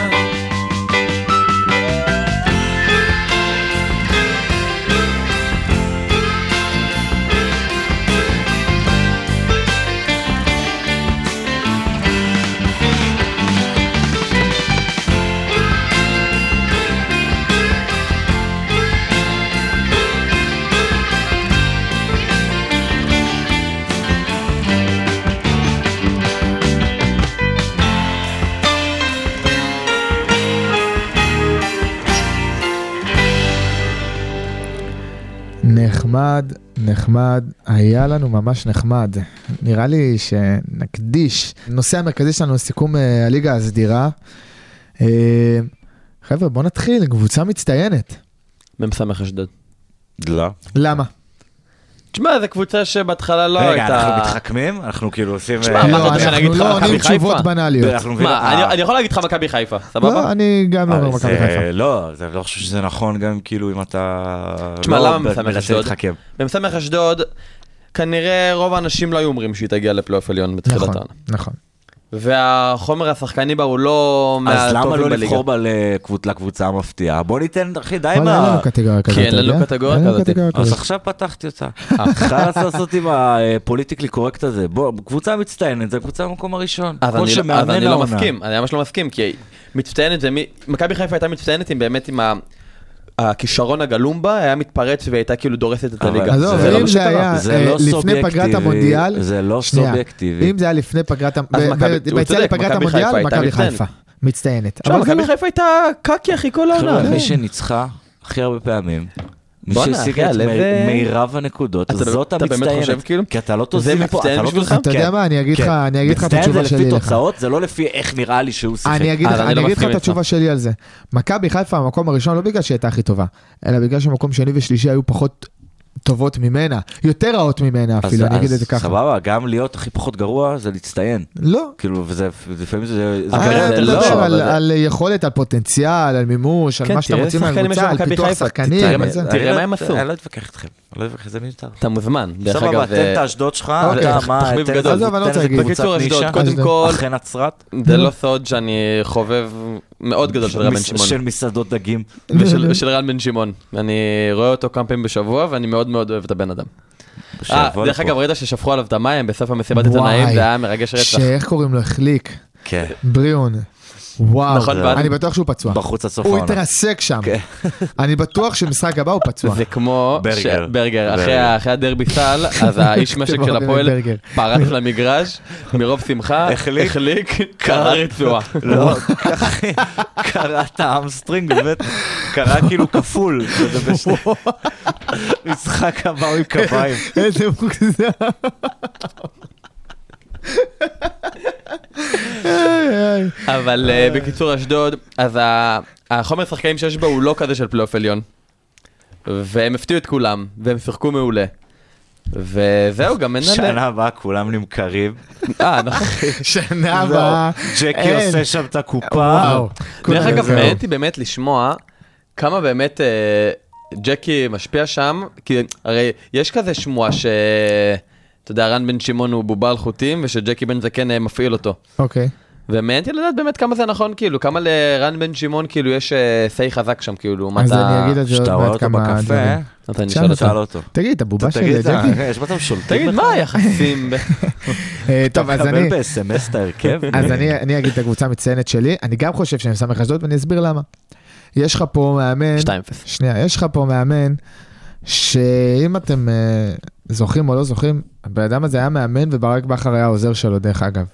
S5: נחמד, נחמד, היה לנו ממש נחמד. נראה לי שנקדיש. הנושא המרכזי שלנו הוא סיכום אה, הליגה הסדירה. אה, חבר'ה, בואו נתחיל, קבוצה מצטיינת.
S6: כן.
S7: מ"ס אשדוד.
S6: לא.
S5: למה?
S7: תשמע, זו קבוצה שבהתחלה לא
S6: רגע,
S7: הייתה...
S6: אנחנו מתחכמים? אנחנו כאילו עושים...
S7: תשמע,
S6: אה,
S7: מה
S5: לא,
S7: חשבת שאני
S5: אנחנו
S7: אגיד לך
S5: לא
S7: מכבי
S5: עונים
S7: חיפה?
S5: תשובות בנאליות.
S6: אנחנו מבינים-
S7: מה, אני-
S6: אה,
S7: אני יכול להגיד לך מכבי חיפה,
S5: לא,
S7: סבבה?
S5: אני גם לא
S6: אבל
S5: אומר מכבי
S6: אה, זה-
S5: חיפה.
S6: לא, זה לא חושב שזה נכון גם כאילו אם אתה...
S7: תשמע,
S6: לא
S7: למה משמח
S6: מנסה
S7: אשדוד?
S6: להתחכם.
S7: מ"ס אשדוד, כנראה רוב האנשים לא היו אומרים שהיא תגיע לפלייאוף עליון בתחילת
S5: נכון,
S7: העונה.
S5: נכון.
S7: והחומר השחקני בה הוא לא
S6: אז למה
S7: מהטובים
S6: לא
S7: בליגה.
S6: לבחור בה לקבוצ- לקבוצה המפתיעה? בוא ניתן, אחי, די
S5: אבל אין
S6: מה...
S5: לנו קטגוריה כזאת.
S7: כן, אין
S5: אתה
S7: לנו
S5: יודע?
S7: קטגוריה
S5: אין לנו
S7: כזאת.
S5: קטגוריה
S6: אז
S5: כזאת.
S6: עכשיו פתחתי אותה.
S7: אה.
S6: חלאס לעשות עם הפוליטיקלי קורקט הזה. בוא, קבוצה מצטיינת, זה קבוצה במקום הראשון.
S7: אז
S6: כמו
S7: אני, לא- אז
S6: שמאמן
S7: אני לא
S6: העונה.
S7: מסכים, אני ממש לא מסכים, כי מצטיינת זה מי... מכבי חיפה הייתה מצטיינת עם באמת עם ה... הכישרון הגלום בה, היה מתפרץ והייתה כאילו דורסת את
S6: אבל
S7: הליגה.
S5: עזוב,
S7: זה לא
S5: אם
S7: מה
S5: זה
S7: שקרה.
S5: היה
S6: זה
S5: אה,
S6: לא
S5: לפני
S6: סובייקטיבי,
S5: פגרת המונדיאל,
S6: זה לא
S5: שנייה.
S6: סובייקטיבי.
S5: אם זה היה לפני פגרת, ב-
S7: אז
S5: ב-
S7: מכבי- הוא
S5: ביציאה
S7: צודק,
S5: לפגרת
S7: מכבי חיפה
S5: המונדיאל,
S7: הייתה
S5: מכבי
S7: מצטיינת.
S5: חיפה, מצטיינת.
S7: עכשיו,
S5: אבל זה
S7: מכבי
S5: לא-
S7: חיפה הייתה קקי אחי כל העונה.
S6: חבר'ה,
S7: כן.
S6: מי שניצחה הכי הרבה פעמים, מי
S7: בואנה, אחי,
S6: שהשיגה את
S7: הלב- אה,
S6: מ- מירב הנקודות,
S7: אתה- לא-
S6: זאת
S7: אתה באמת חושב
S6: המצטיינת.
S7: כאילו?
S6: כי אתה לא
S7: זה
S6: תוזיל פה,
S7: מצטיין
S6: אתה לא
S7: בשבילך?
S6: תוזיל.
S5: אתה יודע מה, אני אגיד
S6: כן.
S5: לך- אני אגיד לך את
S6: מצטיין
S5: התשובה
S6: זה
S5: שלי
S6: לפי
S5: לך.
S6: תוצאות, זה לא לפי איך נראה לי שהוא שיחק.
S5: אני אגיד לך
S7: אבל אני לא
S5: אני אגיד לך את
S7: מסכים איתך.
S5: התשובה שלי על זה. מכבי חיפה, המקום הראשון, לא בגלל שהיא הייתה הכי טובה, אלא בגלל שמקום שני ושלישי היו פחות טובות ממנה, יותר רעות ממנה
S6: אז-
S5: אפילו, אני אגיד
S6: אז
S5: את זה ככה.
S6: סבבה, גם להיות הכי פחות גרוע זה להצטיין.
S5: לא.
S6: כאילו, וזה, לפעמים זה... זה
S7: אבל
S5: אה,
S6: גם-
S7: זה
S5: אתה
S7: לא,
S5: מדבר על-
S7: אבל זה-
S5: על יכולת, על פוטנציאל, על מימוש, על
S7: כן,
S5: מה שאתם
S7: תראה
S5: רוצים
S7: שחקנים יש
S5: מהקבוצה, על
S7: למכבי
S5: פיתוח
S7: חיפה,
S5: שחקנים.
S7: תראה,
S5: על
S7: מה-
S5: זה.
S7: תראה
S6: אני
S7: מה
S6: לא-
S7: הם עשו.
S6: אני לא אתווכח איתכם, אני לא אתווכח, זה מיותר.
S7: אתה מוזמן, דרך
S6: סבבה,
S7: אגב. אה,
S6: תן
S7: זה-
S6: את האשדוד שלך,
S5: אוקיי.
S6: אתה מה,
S7: תחביב
S6: תן
S7: גדול.
S6: איזה-
S5: עזוב, אני לא רוצה
S6: תן איזה
S5: להגיד.
S6: קבוצת
S7: בקיצור, אשדוד,
S6: נישה.
S7: קודם
S5: אשדוד.
S7: כל,
S6: אחרי נצרת,
S7: זה לא סוד שאני חובב מאוד גדול של רן בן
S6: מס-
S7: שמעון.
S6: של מסעדות דגים.
S7: ושל ושל רן בן שמעון. אני רואה אותו כמה פעמים בשבוע, ואני מאוד מאוד אוהב את הבן אדם. אה,
S6: שיבוא
S7: דרך
S6: לפה.
S7: אגב, ראית ששפכו עליו את המים בסוף המסיבת
S5: וואי.
S7: עיתונאים, זה היה מרגש רצח.
S5: שאיך קוראים לו? החליק.
S6: כן,
S5: בריאון. וואו,
S7: נכון, כן. ואז-
S5: אני בטוח שהוא פצוע.
S6: בחוץ עד סוף
S5: הוא
S6: העונה.
S5: התרסק שם. אני בטוח שבמשחק הבא הוא פצוע.
S7: זה כמו...
S6: ברגר.
S7: ש- ברגר. אחרי
S6: ברגר.
S7: ה- אחרי הדרבי סל, אז האיש משק
S5: אתם
S7: של
S5: אוהבים
S7: הפועל
S5: את ברגר.
S7: פרץ למגרש, מרוב שמחה,
S6: החליק.
S7: החליק, קרע רצועה.
S6: לא, אחי, קרע את האמסטרינג, באמת, קרע כאילו כפול. זה בשני- משחק הבא הוא עם
S5: כן.
S6: קביים.
S5: איזה מוגזם.
S7: אבל אה, בקיצור, אשדוד, אז ה- החומר שחקנים שיש בו הוא לא כזה של פלייאוף עליון. והם הפתיעו את כולם, והם שיחקו מעולה. וזהו, גם אין...
S6: שנה הבאה כולם נמכרים.
S7: אה, נכון.
S5: שנה הבאה.
S6: ג'קי
S5: אה, אין.
S6: עושה שם את הקופה.
S5: וואו.
S7: אה, דרך
S5: כולם
S7: אגב,
S5: זהו.
S7: מעניין אותי באמת לשמוע כמה באמת אה, ג'קי משפיע שם, כי הרי יש כזה שמועה ש... אתה יודע, רן בן שמעון הוא בובה על חוטים, ושג'קי בן זקן אה, מפעיל אותו.
S5: אוקיי.
S7: ומעניין אותי לדעת באמת כמה זה נכון, כאילו, כמה לרן בן שמעון, כאילו, יש אה, סיי חזק שם, כאילו, לעומת
S5: אז אני אגיד את זה עוד
S6: כשאתה רואה
S5: מעט
S6: אותו
S5: כמה
S6: בקפה,
S5: דברים.
S7: אתה
S5: תשאל אותו.
S7: נשאל אותה.
S6: תשאל אותו.
S5: תגיד, את הבובה של
S6: תגיד,
S5: ג'קי?
S6: אה, יש מצב שולטים
S7: תגיד,
S6: לך?
S7: מה היחסים? ב-
S5: אה, טוב, אז אני...
S6: תקבל ב-SMS את ההרכב?
S5: אז אני, אני אגיד את הקבוצה המצטיינת שלי, אני גם חושב שהם סמך אשדוד ואני אסביר למה. יש לך פה מאמן,
S7: 2-0.
S5: שנייה, יש לך פה מאמן, שאם אתם אה, זוכרים או לא זוכרים, הבן אדם הזה היה מאמן וברק בכר היה העוזר שלו דרך אגב.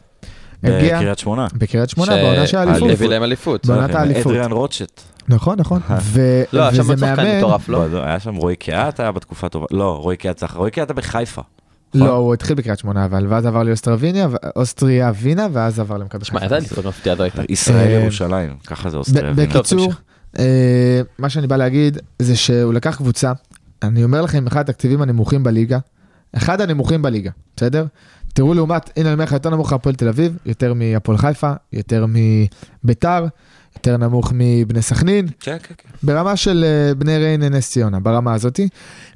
S5: הגיע
S6: בקריית אה, שמונה. אוקיי.
S5: בקריית שמונה,
S7: ש-
S5: בעונה
S6: אה,
S5: של האליפות.
S7: הביא להם אליפות.
S5: בעונת האליפות.
S6: אדריאן רוטשט.
S5: נכון, נכון. ו-
S7: לא, היה שם
S5: וזה
S7: עוד שחקן
S5: מאמן,
S7: מטורף, לא?
S6: לא, היה שם רועי קיאט, היה בתקופה טובה. לא, רועי קיאט זכר. רועי קיאט היה בחיפה.
S5: לא, הוא התחיל בקריית שמונה אבל, ואז עבר לאוסטרוויניה, ו- אוסטריה ווינה, ואז עבר למכבי
S7: שמע, איזה אליפות מפתיעה זו הייתה.
S6: ישראל
S5: אה,
S6: ירושלים, ככה זה
S5: ב-
S6: אוסטריה.
S7: לא,
S6: ווינה.
S5: בקיצור, אה, מה שאני בא להגיד זה שהוא לקח קבוצה, אני אומר לכם, אחד התקציבים הנמוכים בליגה, אחד הנמוכים בליגה, בסדר? תראו לעומת, הנה אני אומר לך, יותר נמוך מהפועל תל אביב, יותר מהפועל חיפה, יותר מביתר, יותר נמוך מבני סכנין,
S6: כן, כן, כן.
S5: ברמה של אה, בני ריינה נס ציונה, ברמה הזאתי.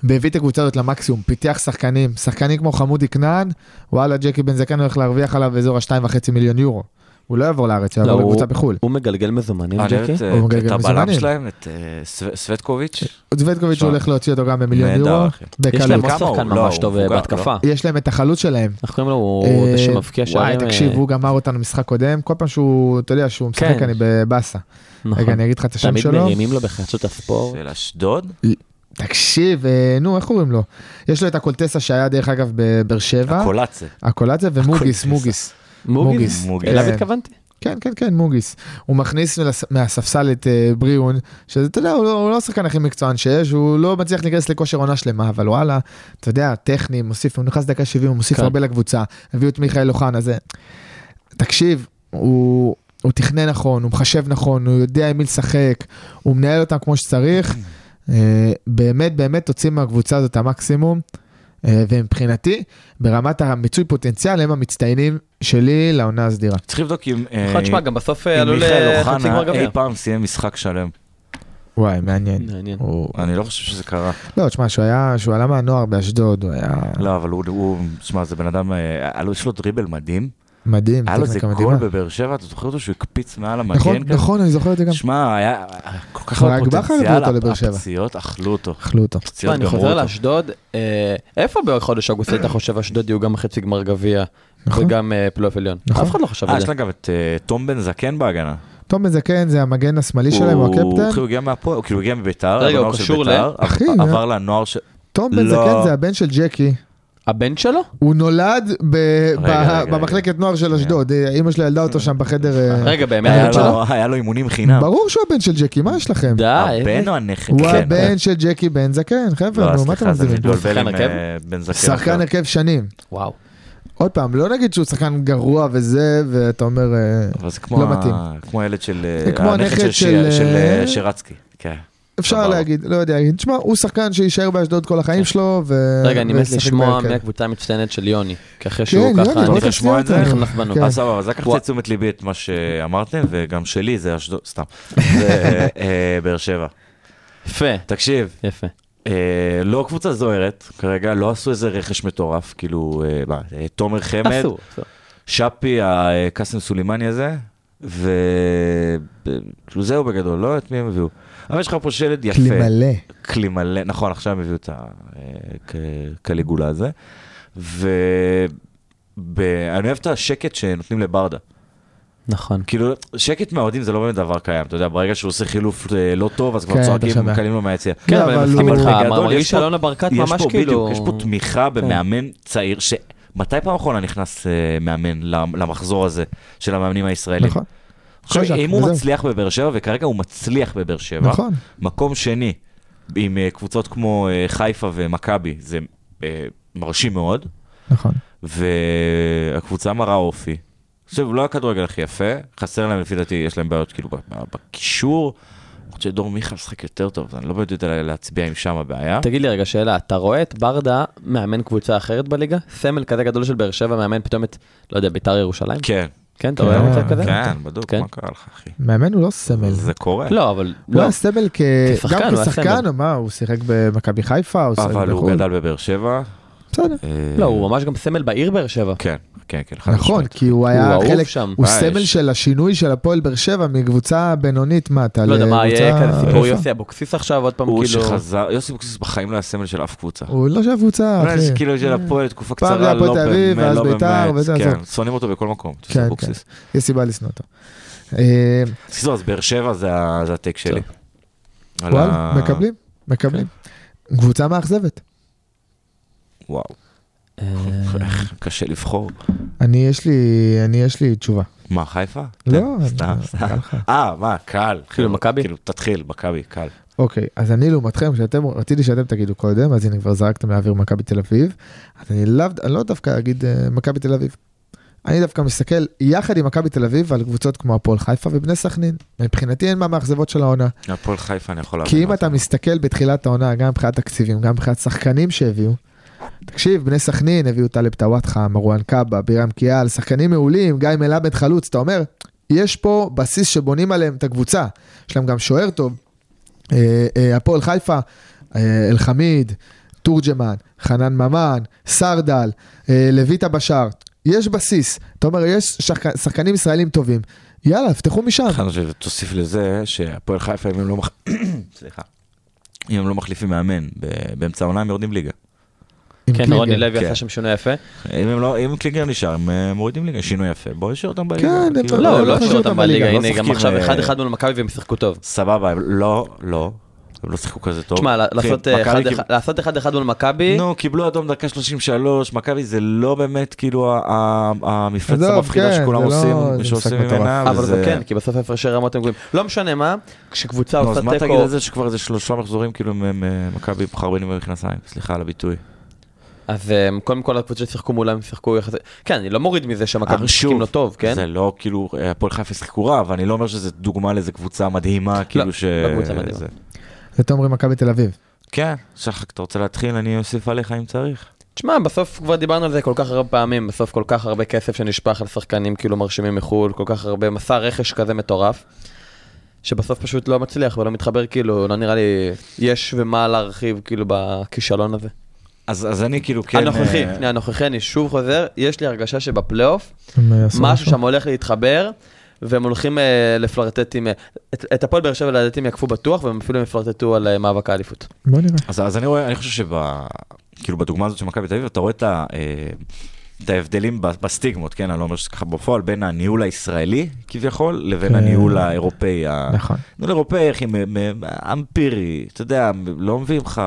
S5: והביא את הקבוצה הזאת למקסימום, פיתח שחקנים, שחקנים כמו חמודי כנען, וואלה, ג'קי בן זקן הולך להרוויח עליו באזור ה-2.5 מיליון יורו. הוא לא יעבור לארץ, הוא
S7: לא,
S5: יעבור
S7: הוא-
S5: לקבוצה בחו"ל.
S7: הוא מגלגל מזומנים,
S6: אני אוהב
S7: ג'קי?
S6: את, אה,
S5: הוא מגלגל
S6: את הבלם
S5: מזומנים.
S6: שלהם, את אה, סו- סווטקוביץ'.
S5: זוודקוביץ'
S6: שמע,
S5: הולך להוציא אותו גם במיליון
S6: נהדר,
S5: יורו.
S6: אחי.
S7: יש להם
S5: בקלות.
S7: עוד
S6: כמה הוא?
S7: שחקן
S6: לא,
S7: ממש
S6: הוא
S7: טוב
S6: מבוגר,
S7: אה,
S6: לא?
S7: בהתקפה.
S5: יש להם את החלוץ שלהם.
S7: איך קוראים לו? הוא זה
S5: אה,
S7: שמבקיע שערים.
S5: וואי,
S7: אה,
S5: תקשיב, הוא גמר אותנו משחק קודם, כל פעם שהוא, אתה יודע, שהוא משחק
S7: כן.
S5: אני בבאסה.
S7: נכון.
S5: רגע, אני אגיד לך את השם
S7: תמיד
S5: שלו.
S7: מרימים לו בחצות הספורט.
S6: של אשדוד?
S5: תקשיב, אה, נו, איך קוראים לו? יש לו את הקולטסה שהיה, דרך אגב, בבאר שבע.
S6: הקולאצה.
S5: הקולטסה ומוגיס,
S6: הקולטסה.
S5: מוגיס.
S7: מוגיס?
S6: מוגיס.
S7: אליו
S5: כן.
S7: התכוונתי?
S6: אה,
S5: כן, כן, כן, מוגיס. הוא מכניס מלס- מהספסל את אה, בריאון, שזה, אתה יודע, הוא לא- הוא לא השחקן הכי מקצוען שיש, הוא לא מצליח להיכנס לכושר עונה שלמה, אבל וואלה, אתה יודע, טכני, מוסיף, הוא נכנס דקה 70, הוא מוסיף
S7: כן.
S5: הרבה לקבוצה, הביאו את מיכאל אוחנה, זה... תקשיב, הוא... הוא תכנן נכון, הוא מחשב נכון, הוא יודע עם מי לשחק, הוא מנהל אותם כמו שצריך. אה, באמת, באמת תוציא מהקבוצה הזאת את המקסימום. אה, ומבחינתי, ברמת המיצוי פוטנציאל, הם המצטיינים שלי לעונה הסדירה.
S6: צריך לבדוק אם... אה,
S7: נכון, תשמע, גם בסוף אה,
S6: אם
S7: עלו
S6: מיכאל
S7: לחצי
S6: אוחנה אה,
S7: גמר גביע.
S6: אי פעם סיים משחק שלם.
S5: וואי, מעניין.
S7: מעניין.
S5: הוא...
S6: אני לא חושב שזה קרה.
S5: לא, תשמע, שהוא היה, שהוא עלה מהנוער באשדוד, הוא היה
S6: לא, אבל הוא- הוא, שמע, זה בן אדם, אה, היה לו- יש לו דריבל
S5: כן,
S6: מדהים.
S5: מדהים,
S6: היה לו איזה
S5: טכניקה
S6: גול
S5: מדהימה.
S6: בבאר שבע, אתה זוכר אותו שהוא הקפיץ מעל המגן?
S5: נכון,
S6: כזה?
S5: נכון, אני זוכר את זה גם.
S6: שמע, היה היה כל כך
S5: רק
S6: הרבה
S5: בכר הביאו
S6: פוטנציאל,
S5: אותו לבאר שבע.
S6: הפציעות אכלו אותו.
S5: אכלו אותו.
S7: תשמע,
S6: הפציעות
S7: אני
S6: גמרו
S7: חוזר
S6: אותו.
S7: לאשדוד, אה, איפה בחודש אוגוסט היית חושב אשדוד יהיו גם חצי גמר גביע
S5: נכון.
S7: וגם אה, פלייאוף עליון?
S5: נכון.
S7: אף אחד לא חשב
S6: אה,
S7: על
S6: יש
S7: זה.
S6: לה גם את אה, תום בן זקן בהגנה.
S5: תום בן זקן זה המגן השמאלי שלהם, הוא
S6: אחי,
S5: הקפטן.
S6: הוא הגיע מהפועל, הוא כאילו הגיע מביתר,
S7: רגע, הוא
S6: לנוער של
S7: קשור ל-
S6: ביתר, עב-
S5: אחי,
S6: עבר לנוער של...
S5: תום בן
S6: לא.
S5: זקן זה הבן של ג'קי.
S7: הבן שלו?
S5: הוא נולד ב- ב-
S6: רגע, רגע.
S5: במחלקת נוער של אשדוד. אה, אימא שלו ילדה אותו שם בחדר... אה,
S7: רגע, באמת
S6: היה
S7: הבן
S5: הבן שלו?
S7: שלו?
S6: לו- היה לו אימונים חינם.
S5: ברור שהוא הבן של ג'קי, מה יש לכם?
S7: די. אה,
S6: הבן
S7: איזה-
S6: או הנכד?
S5: הוא
S6: כן,
S5: הבן של ג'קי בן זקן, חבר'ה,
S6: לא,
S5: נו, מה אתם
S6: סליחה, זה
S5: מגזימים?
S6: מתבלבל עם
S7: שחקן הרכב?
S6: אה, בן זקן.
S5: שחקן
S6: עכשיו.
S5: הרכב שנים.
S7: וואו.
S5: עוד פעם, לא נגיד שהוא שחקן גרוע וזה, ואתה אומר... אה,
S6: אבל זה כמו
S5: לא
S6: ה-
S5: מתאים.
S6: כמו הילד של... אה,
S5: זה כמו הנכד
S6: הנכד
S5: של,
S6: של שי- של
S5: אה,
S6: אה, שרצקי. כן.
S5: אפשר
S6: סבבה. אוקיי.
S5: להגיד, לא יודע, להגיד, תשמע, הוא שחקן שיישאר באשדוד כל החיים שלו, ו...
S7: רגע, אני מת
S5: וישחק
S7: לשמוע
S5: בהרכב.
S7: מהקבוצה המצטיינת של יוני. כי אחרי
S5: כן,
S7: שהוא
S5: יוני,
S7: ככה...
S5: בוא
S6: רוצה
S5: תשמיע
S6: לשמוע את
S5: אותנו.
S6: זה?
S7: נכנס בנו.
S5: כן.
S6: אה, סבבה, אז לקחתי
S7: וואו.
S6: לתשומת ליבי את מה שאמרתם, וגם שלי זה אשדוד, סתם. זה אה, באר שבע.
S7: יפה,
S6: תקשיב,
S7: יפה.
S6: אה, לא קבוצה זוהרת, כרגע לא עשו איזה רכש מטורף, כאילו, אה, מה, אה, תומר חמד,
S7: אסור. אסור.
S6: שפי, הקאסם סולימני הזה, וכאילו זהו בגדול, לא את מי הם הביאו. אבל יש לך פה שלד יפה.
S5: כלי מלא.
S6: קלימלה, נכון, עכשיו הם הביאו את הקליגולה הזה. ואני אוהב את השקט שנותנים לברדה.
S7: נכון.
S6: כאילו, שקט מהאוהדים זה לא באמת דבר קיים, אתה יודע, ברגע שהוא עושה חילוף אה, לא טוב, אז
S5: כן,
S6: כבר
S5: אתה
S6: צועקים,
S5: שומע. לא,
S6: מקלים לו מהיציע.
S7: כן, אבל אני
S6: לא,
S7: מסכים
S5: הוא-
S7: איתך,
S6: בגדול,
S7: המרמרי
S6: יש
S7: של
S6: פה-
S7: אלונה ברקת
S6: יש
S7: ממש כאילו...
S6: פה
S7: כן.
S6: בדיוק, יש פה תמיכה במאמן צעיר, ש... מתי פעם אחרונה נכנס אה, מאמן למ- למחזור הזה של המאמנים הישראלים?
S5: נכון,
S6: עכשיו,
S5: חזק,
S6: אם הוא
S5: וזהו.
S6: מצליח בבאר שבע, וכרגע הוא מצליח בבאר שבע,
S5: נכון.
S6: מקום שני עם אה, קבוצות כמו אה, חיפה ומכבי, זה אה, מרשים מאוד,
S5: נכון.
S6: והקבוצה מראה אופי. עכשיו, לא הכדורגל הכי יפה, חסר להם לפי דעתי, יש להם בעיות כאילו ב- ב- בקישור, למרות שדור מיכה משחק יותר טוב, אז אני לא באמת יודע להצביע אם שם הבעיה.
S7: תגיד לי רגע שאלה, אתה רואה את ברדה מאמן קבוצה אחרת בליגה? סמל כזה גדול של באר שבע מאמן פתאום את, לא יודע, ביתר ירושלים?
S6: כן,
S7: כן, אתה רואה מצב כזה?
S6: כן, בדוק,
S7: כן.
S6: מה קרה לך, אחי?
S5: מאמן הוא לא סמל.
S6: זה קורה.
S7: לא, אבל
S5: הוא
S7: לא.
S5: היה סמל כ...
S7: כשחקן,
S5: גם
S7: הוא היה
S5: כשחקן,
S7: סמל.
S5: או מה, הוא שיחק במכבי חיפה, הוא שיחק
S6: אבל הוא
S5: בחו"ל.
S6: גדל בבאר שבע.
S5: בסדר.
S6: אה,
S7: לא, הוא ממש גם סמל בעיר באר שבע.
S6: כן, כן, כן. חד
S5: נכון,
S6: משמעית.
S5: כי הוא היה
S7: אהוב
S5: חלק,
S7: שם.
S5: הוא
S6: אה,
S5: סמל
S6: יש.
S5: של השינוי של הפועל באר שבע מקבוצה בינונית, מה אתה
S7: לא יודע מה יהיה
S5: לקבוצה-
S7: כזה סיפור
S5: איפה?
S7: יוסי אבוקסיס עכשיו, עוד פעם
S6: הוא
S7: כאילו...
S6: שחזר, יוסי אבוקסיס בחיים לא היה סמל של אף קבוצה.
S5: הוא לא של קבוצה,
S6: אולי זה
S5: אחי.
S6: כאילו של הפועל תקופה
S5: פעם
S6: קצרה,
S5: זה הפועל
S6: לא
S5: תל אביב,
S6: באמת,
S5: ואז
S6: לא
S5: בית"ר,
S6: באמת,
S5: וזה,
S6: כן,
S5: עזוב.
S6: שונאים אותו בכל מקום, יוסי
S5: כן,
S6: אבוקסיס.
S5: יש סיבה לשנוא אותו. אה,
S6: קיצור, אז באר שבע זה ה- זה הטק שלי. על ה- כן.
S5: וואלה, מקבלים, מקבלים. קבוצה מאכזבת.
S6: וואו,
S7: אה,
S6: איך קשה לבחור.
S5: אני יש לי, אני יש לי תשובה.
S6: מה, חיפה?
S5: לא,
S6: תן, סתם,
S5: אני-
S6: סתם. אה, מה, קל.
S7: כאילו, מכבי?
S6: כאילו, תתחיל, מכבי, קל.
S5: אוקיי, אז אני לעומתכם, שאתם, רציתי שאתם תגידו קודם, אז הנה כבר זרקתם לאוויר מכבי תל אביב, אז אני לאו, אני לא דווקא אגיד אה, מכבי תל אביב. אני דווקא מסתכל יחד עם מכבי תל אביב על קבוצות כמו הפועל חיפה ובני סכנין. מבחינתי אין מה מאכזבות של העונה.
S6: הפועל חיפה אני יכול להבין.
S5: כי אם
S6: אותה.
S5: אתה מסתכל בתחילת העונה, גם מבחינת תקציבים, גם מבחינת שחקנים שהביאו, תקשיב, בני סכנין הביאו טלב טוואטחה, מרואן קאבה, בירם קיאל, שחקנים מעולים, גיא מלמד חלוץ, אתה אומר, יש פה בסיס שבונים עליהם את הקבוצה, יש להם גם שוער טוב, אה, אה, הפועל חיפה, אה, אלחמיד, תורג'מן, חנן ממן, סרדל, אה, לויטה בשאר, יש בסיס, אתה אומר, יש שחק... שחקנים ישראלים טובים, יאללה, פתחו משם.
S6: חשבתי שתוסיף לזה שהפועל חיפה, אם הם לא מח... סליחה. אם הם לא מחליפים מאמן, ב- באמצע העונה הם יורדים ליגה.
S5: עם
S7: כן,
S5: קלינגר.
S7: רוני לוי עשה
S6: כן.
S7: שם שינוי יפה.
S6: אם הם לא, אם קלינגר נשאר, הם אה, מורידים ליגה, שינוי יפה. בוא נשאיר אותם בליגה.
S5: כן,
S6: כאילו,
S5: אבל
S7: לא, הוא
S5: לא
S7: לא
S5: חשוב
S7: השאיר אותם בליגה,
S6: לא
S7: הנה גם
S6: משחקים,
S7: עכשיו
S6: אה,
S7: אחד אחד מול מכבי והם שיחקו טוב.
S6: סבבה, הם לא, לא. הם לא שיחקו כזה טוב.
S7: תשמע,
S6: אחי,
S7: לעשות,
S6: מכבי
S7: אה, אחד-
S6: קיב-
S7: אחד- לעשות אחד אחד מול מכבי,
S6: נו, קיבלו אדום דקה 33, מכבי זה לא באמת כאילו ה- ה- המפלצת
S5: עזוב,
S6: המפחידה
S5: כן,
S6: שכולם
S5: זה לא-
S6: עושים,
S5: זה
S6: שעושים
S5: משחק מטורף.
S6: ממנה,
S7: אבל זה
S6: וזה...
S7: כן, כי בסוף הפרשי רמות הם גבוהים. לא משנה מה, כשקבוצה
S6: נו, אז
S7: עושה
S6: מה תגיד
S7: תיקו,
S6: על זה שכבר איזה שלושה מחזורים, כאילו הם- הם, אה, מכבי חרבנים במכנסיים, סליחה על הביטוי.
S7: אז אה, קודם כל הקבוצות ששיחקו מולם שיחקו יחסית, כן, אני לא מוריד מזה
S6: אבל
S7: שמכבי משחקים
S6: אה, שוב,
S7: לא טוב, כן?
S6: זה לא כאילו, אה, הפועל חיפה שיחקו רע, אבל אני לא אומר שזה דוגמה לאיזה קבוצה מדהימה, כאילו ש...
S7: לא קבוצה מדהימה.
S6: זה-
S5: זה תומרי מכבי תל אביב.
S6: כן, שחק, אתה רוצה להתחיל? אני אוסיף עליך אם צריך.
S7: תשמע, בסוף כבר דיברנו על זה כל כך הרבה פעמים, בסוף כל כך הרבה כסף שנשפך על שחקנים כאילו מרשימים מחו"ל, כל כך הרבה מסע רכש כזה מטורף, שבסוף פשוט לא מצליח ולא מתחבר כאילו, לא נראה לי יש ומה להרחיב כאילו בכישלון הזה.
S6: אז אז אני כאילו כן...
S7: הנוכחי,
S6: אה,
S7: שנייה, הנוכחי, אני שוב חוזר, יש לי הרגשה שבפלייאוף,
S5: הם, אה, עשו
S7: משהו שם הולך להתחבר, והם הולכים אה, לפלרטט עם... אה, את- את הפועל באר שבע לדעתי הם יעקפו בטוח, והם אפילו יפלרטטו על אה, מאבק האליפות.
S5: בוא נראה.
S6: אז, אז אני רואה, אני חושב שב... כאילו בדוגמה הזאת של מכבי תל אביב, אתה רואה את, ה, אה, את ההבדלים ב- בסטיגמות, כן? אני לא אומר שזה ככה בפועל, בין הניהול הישראלי כביכול, לבין
S5: כן.
S6: הניהול האירופאי. ה-
S5: נכון.
S6: ניהול אירופאי, אחי, מ- מ- אמפירי, אתה יודע, מ- לא מביאים לך...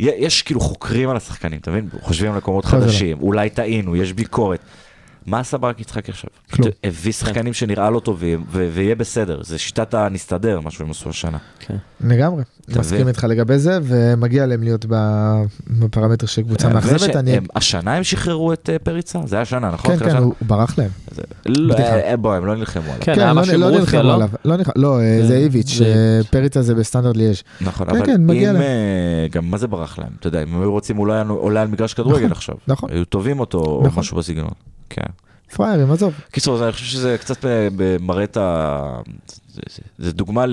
S6: י- יש כאילו חוקרים על השחקנים, אתה מבין? חושבים על מקומות
S5: חוזר.
S6: חדשים, אולי טעינו, יש ביקורת. מה עשה ברק יצחק עכשיו?
S5: כלום.
S6: אתה- הביא שחקנים שנראה לו טובים, ו- ויהיה בסדר, זה שיטת הנסתדר, מה שהם עשו השנה.
S5: לגמרי,
S6: אתה
S5: מסכים
S6: מבין?
S5: איתך לגבי זה, ומגיע להם להיות ב- בפרמטר של
S6: אה,
S5: קבוצה מאכזבת. אני...
S6: הם- השנה הם שחררו את אה, פריצה? זה היה השנה, נכון?
S5: כן,
S6: תחילת
S5: כן,
S6: השנה?
S5: הוא הוא ברח להם.
S6: זה- לא,
S5: בדיחה.
S6: אה, אה, בוא, הם לא נלחמו עליו.
S7: כן,
S5: כן,
S7: היה
S5: לא-
S7: משהו עם
S5: לא
S7: רוסיה,
S5: נלחמו
S7: לא?
S5: עליו. לא נלחמו- לא, אה,
S7: כן.
S5: זה איביץ',
S7: זה
S5: אה, פריצה זה בסטנדרט ליאש.
S6: נכון,
S5: כן,
S6: אבל
S5: כן, מגיע
S6: אם...
S5: להם.
S6: אה, גם מה זה ברח להם? אתה יודע, אם הם היו רוצים, הוא לא היה עולה על מגרש כדורגל
S5: נכון,
S6: עכשיו.
S5: נכון.
S6: היו תובעים אותו, או
S5: נכון.
S6: משהו בסגנון. כן.
S5: פראיירים, עזוב.
S6: קיצור, אז אני חושב שזה קצת אה, ב- מראה את ה... זה- זה- זה דוגמה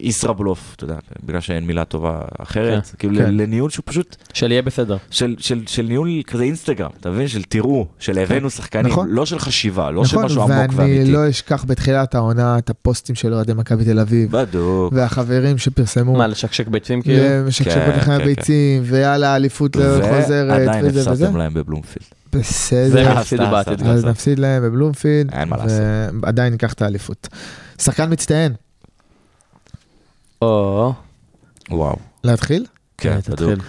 S6: לישראבלוף, אתה יודע, בגלל שאין מילה טובה אחרת. כאילו,
S5: כן.
S6: לניהול שהוא פשוט...
S7: של יהיה בסדר.
S6: של, של, של ניהול כזה אינסטגרם, אתה מבין? של תראו, של הבאנו שחקנים,
S5: נכון.
S6: לא של חשיבה, לא של
S5: נכון,
S6: משהו עמוק
S5: ואני
S6: ואמיתי.
S5: לא אשכח בתחילת העונה את הפוסטים של אוהדי מכבי תל אביב,
S6: בדוק.
S5: והחברים שפרסמו.
S7: מה, לשקשק ביצים כאילו?
S5: משקשקות
S6: כן,
S5: לך
S6: כן,
S5: הביצים, ויאללה, האליפות לא חוזרת,
S6: ועדיין
S5: וזה כן, וזה.
S6: הפסדתם להם בבלומפילד.
S7: זה
S5: בסדר.
S7: הם יפסידו
S6: סתם, סתם,
S7: בעתיד.
S6: סתם.
S5: אז נפסיד להם בבלומפילד,
S6: אין מה לעשות.
S5: ועדיין ניקח את האליפות. שחקן מצטיין,
S7: או,
S6: וואו.
S5: להתחיל?
S6: כן,
S7: אה, תתחיל.
S6: בדוק.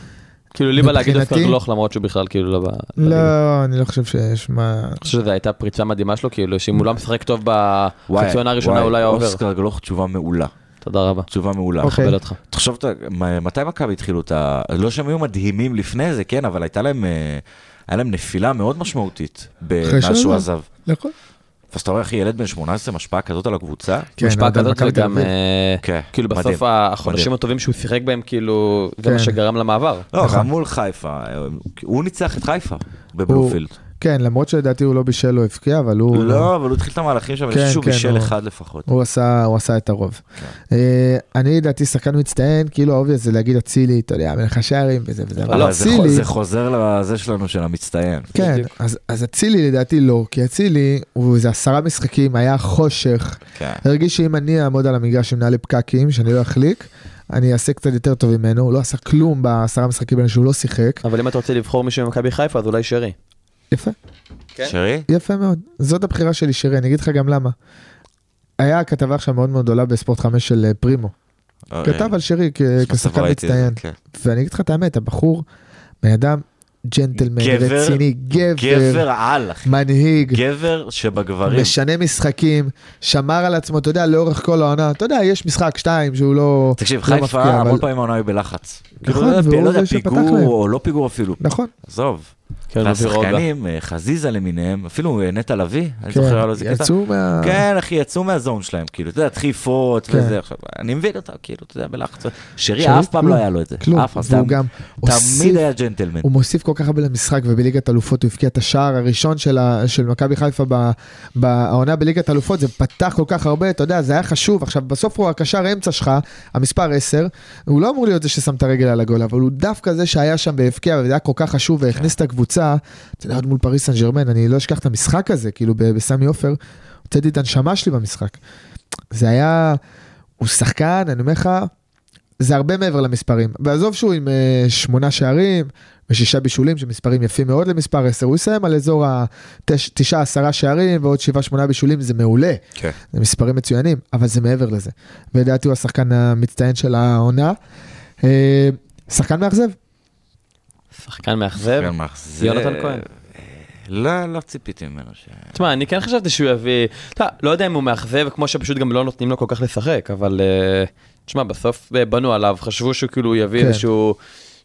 S7: כאילו לי בא להגיד
S5: מבחינתי-
S7: אוסקר גלוך למרות שהוא בכלל כאילו לא ב...
S5: לא,
S7: בליגה.
S5: אני לא חושב שיש מה...
S7: אני חושב שזו הייתה פריצה מדהימה שלו, כאילו שאם הוא לא משחק טוב בחציונה הראשונה
S6: וואי,
S7: אולי היה עובר.
S6: אוסקר גלוך תשובה מעולה.
S7: תודה רבה.
S6: תשובה מעולה.
S5: אוקיי.
S7: מקבל אותך.
S6: תחשוב, אתה- מ- מתי מכבי התחילו את ה... לא שהם היו מדהימים לפני זה, כן, אבל הייתה להם... אה, היה להם נפילה מאוד משמעותית
S5: אחרי
S6: מאז
S5: שהוא
S6: שהוא
S5: עזב.
S6: עזב.
S5: נכון.
S6: אז אתה רואה, אחי, ילד בן 18 עם השפעה כזאת על הקבוצה?
S5: כן,
S7: משפעה
S5: אדם
S7: כזאת
S5: מכבי תל
S7: וגם,
S5: אביב.
S7: אה,
S6: כן,
S7: כאילו
S6: מדהים,
S7: בסוף החודשים
S6: מדהים.
S7: הטובים שהוא שיחק בהם, כאילו, זה מה
S5: כן.
S7: שגרם למעבר.
S6: לא,
S5: נכון.
S6: גם מול חיפה, אה, הוא ניצח את חיפה בבלומפילד.
S5: כן, למרות שלדעתי הוא לא בישל או הבקיע, אבל הוא...
S6: לא, אבל הוא התחיל את המהלכים שם, אני
S5: כן,
S6: חושב שהוא
S5: כן,
S6: בישל
S5: הוא-
S6: אחד לפחות.
S5: הוא עשה, הוא עשה את הרוב.
S6: כן.
S5: אה, אני לדעתי שחקן מצטיין, כאילו האובייס זה להגיד אצילי, אתה יודע, מלך השערים וזה וזה,
S6: אבל לא,
S5: אבל
S6: זה חו-
S5: לא אצילי,
S6: זה חוזר לזה שלנו, של המצטיין.
S5: כן, אז אז אצילי לדעתי לא, כי אצילי הוא איזה עשרה משחקים, היה חושך,
S6: כן.
S5: הרגיש שאם אני אעמוד על המגרש עם נעלי פקקים, שאני לא אחליק, אני אעשה קצת יותר טוב ממנו, הוא לא עשה כלום בעשרה משחקים האלה שהוא לא שיחק,
S7: אבל אם אתה רוצה לבחור מישהו ממכבי חיפה, אז אולי שרי.
S5: יפה,
S6: שרי?
S5: יפה מאוד, זאת הבחירה שלי שרי, אני אגיד לך גם למה. היה כתבה עכשיו מאוד מאוד גדולה בספורט 5 של אה, פרימו,
S6: אה, אוקיי.
S5: כתב על שרי כ- כשחקן מצטיין.
S6: כן.
S5: ואני אגיד לך את האמת, הבחור, בן אדם ג'נטלמן,
S6: גבר,
S5: רציני, גבר,
S6: גבר על, אחי.
S5: מנהיג,
S6: גבר שבגברים.
S5: משנה משחקים, שמר על עצמו, אתה יודע, לאורך כל העונה, אתה יודע, יש משחק, שתיים, שהוא לא...
S6: תקשיב,
S5: לא מפקיע,
S6: חיפה
S5: אבל-
S6: המון פעמים העונה היא בלחץ. כאילו,
S5: נכון,
S6: לא יודע,
S5: והוא
S6: לא
S5: זה
S6: יודע,
S5: שפתח
S6: פיגור
S5: להם.
S6: או לא פיגור אפילו.
S5: נכון,
S6: עזוב.
S7: כן,
S6: והשחקנים, אה, חזיזה למיניהם, אפילו אה, נטע לביא, אני
S5: כן,
S6: זוכר על איזה קטע.
S5: יצאו מה...
S6: כן, אחי, יצאו מהזון שלהם, כאילו, אתה יודע, דחיפות
S5: כן.
S6: וזה, עכשיו, אני מבין אותם, כאילו, אתה יודע, בלחץ. שרי
S5: שרי
S6: אף פעם
S5: כלום,
S6: לא היה לו את זה.
S5: כלום,
S6: אף פעם.
S5: והוא
S6: תמ-
S5: גם
S6: תמיד
S5: הוסיף-
S6: היה ג'נטלמן.
S5: הוא מוסיף כל כך הרבה למשחק ובליגת אלופות הוא הבקיע את השער הראשון של, ה- של מכבי חיפה ב- בעונה בליגת אלופות זה פתח כל כך הרבה אתה יודע זה היה חשוב עכשיו בסוף הוא הקשר אמצע שלך המספר 10 הוא לא אמור להיות זה ששם את הרגל על הגול אבל הוא דווקא זה שהיה שם והבקיע וזה היה כל כך חשוב והכניס את הקבוצה אתה יודע עוד מול פריס סן ג'רמן אני לא אשכח את המשחק הזה כאילו ב- בסמי עופר הוצאתי את הנשמה שלי במשחק זה היה הוא שחקן אני אומר לך זה הרבה מעבר למספרים. ועזוב שהוא עם אה, שמונה שערים ושישה בישולים, שמספרים יפים מאוד למספר 10, הוא יסיים על אזור התשעה עשרה שערים ועוד שבעה שמונה בישולים, זה מעולה.
S6: כן.
S5: זה מספרים מצוינים, אבל זה מעבר לזה. ולדעתי הוא השחקן המצטיין של העונה. אה, שחקן מאכזב,
S7: שחקן מאכזב.
S6: כן, מאכזב.
S7: יונתן כהן.
S6: לא, לא ציפיתי ממנו ש...
S7: תשמע, אני כן חשבתי שהוא יביא... אתה לא יודע אם הוא מאכזב, כמו שפשוט גם לא נותנים לו כל כך לשחק, אבל... אה, תשמע, בסוף אה, בנו עליו, חשבו שהוא כאילו יביא
S5: כן.
S7: איזשהו...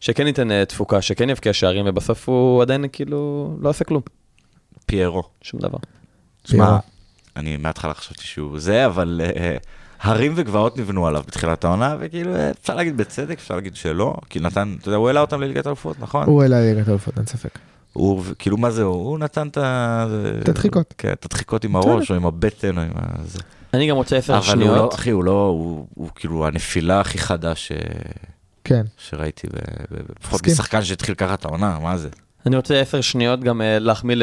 S7: שכן ייתן אה, תפוקה, שכן יבקיע שערים, ובסוף הוא עדיין כאילו לא עושה כלום,
S6: פיירו.
S7: שום דבר.
S5: פיירו.
S6: שמע, אני מההתחלה חשבתי שהוא זה, אבל אה, הרים וגבעות נבנו עליו בתחילת העונה, וכאילו אה, אפשר להגיד בצדק, אפשר להגיד שלא, כי נתן, אתה יודע, הוא העלה אותם לליגת אלופות, נכון?
S5: הוא העלה ליגת אלופות, אין ספק.
S6: הוא, כאילו, מה זה הוא? הוא נתן את ה...
S5: את הדחיקות.
S6: כן, את הדחיקות עם הראש, או עם הבטן, או עם ה... זה.
S7: אני גם רוצה עשר
S6: אבל הוא לא,
S7: שניות.
S6: אחי, הוא לא, הוא- הוא כאילו הנפילה הכי חדה ש-
S5: כן,
S6: שראיתי, ב- ב- ב- לפחות
S5: מסכים.
S6: בשחקן שהתחיל ככה את העונה, מה זה?
S7: אני רוצה עשר שניות גם אה, להחמיא ל...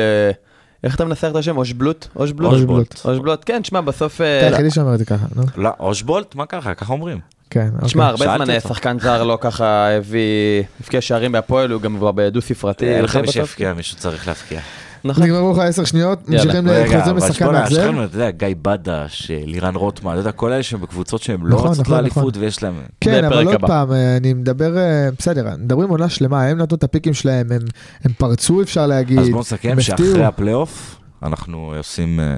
S7: איך אתה מנסח את השם? אושבלוט?
S6: לא
S7: אושבלוט?
S5: אושבולט.
S7: אושבלוט, כן, תשמע, בסוף... אה,
S5: אתה היחידי שאומר את זה ככה, נו.
S6: לא, אושבולט? מה ככה? ככה אומרים.
S5: כן,
S7: תשמע,
S5: אוקיי.
S7: הרבה
S6: שאלתי
S7: זמן אה,
S6: אותו.
S7: שחקן זר לא ככה הביא... הבקיע שערים בהפועל, הוא גם כבר בדו-ספרתי.
S6: אה, אין לך כן.
S7: זה
S6: מי
S7: בסוף.
S6: שיפקיע, מישהו צריך להפקיע.
S7: נכון.
S5: נגמרו לך עשר שניות, ממשיכים
S6: רגע,
S5: לחוזרים
S6: אבל
S5: לשחקן
S6: בוא'נה,
S5: מאכזב.
S6: שכחנו, אתה יודע, גיא בדש, אה, לירן רוטמן, אתה יודע, כל אלה שהם בקבוצות שהם לא
S5: נכון,
S6: רצות
S5: נכון,
S6: לאליפות ויש להם...
S5: כן, אבל
S7: בפרק
S5: עוד
S7: הבא.
S5: פעם, אה, אני מדבר, אה, בסדר, מדברים עונה שלמה, הם נתנו את הפיקים שלהם, הם- הם פרצו אפשר להגיד,
S6: אז בואו נסכם
S5: הם הפתיעו.
S6: שאחרי הפלייאוף, אנחנו עושים אה,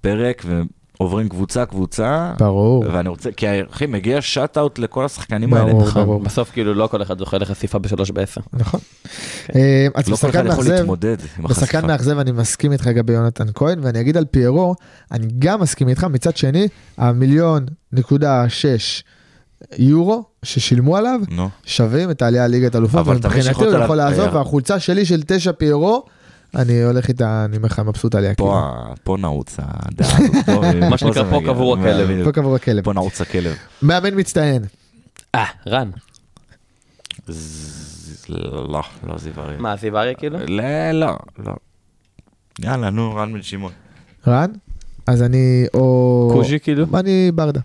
S6: פרק ועוברים קבוצה קבוצה.
S5: ברור,
S6: ואני רוצה, כי אחי, מגיע שאט אאוט לכל השחקנים האלה.
S5: ברור,
S7: נכון.
S5: ברור,
S7: בסוף כאילו לא כל אחד זוכה לחשיפה בשלוש בעשר.
S5: נכון. אה, אז
S6: לא כל אחד
S5: בשחקן
S6: יכול
S5: מאכזב,
S6: להתמודד עם החשיפה.
S5: בשחקן מאכזב אני מסכים איתך לגבי יונתן כהן, ואני אגיד על פיירו, אני גם מסכים איתך, מצד שני, המיליון נקודה שש יורו ששילמו עליו,
S6: נו.
S5: שווים את העלייה לליגת אלופות,
S6: אבל אתה מבין
S5: ומבחינתי
S6: שיכולת
S5: הוא
S6: לה-
S5: יכול לעזוב,
S6: אה,
S5: והחולצה שלי של תשע פיירו, אני הולך איתה, אני אומר לך, מבסוט עליה.
S6: פה,
S5: כאילו.
S6: ה- פה נעוץ הדעה הזאת, פה-
S7: מה שנקרא,
S6: זה
S7: פה
S6: מגיע.
S7: קבור הכלב.
S6: בדיוק.
S5: פה קבור הכלב.
S6: פה נעוץ הכלב.
S5: מאמן מצטיין.
S7: אה, רן.
S6: ז- לא, לא זיו אריה.
S7: מה, זיו אריה כאילו?
S6: לא, לא, לא. יאללה, נו, רן בן שמעון.
S5: רן? אז אני או...
S7: קוז'יק כאילו?
S5: אני ברדה.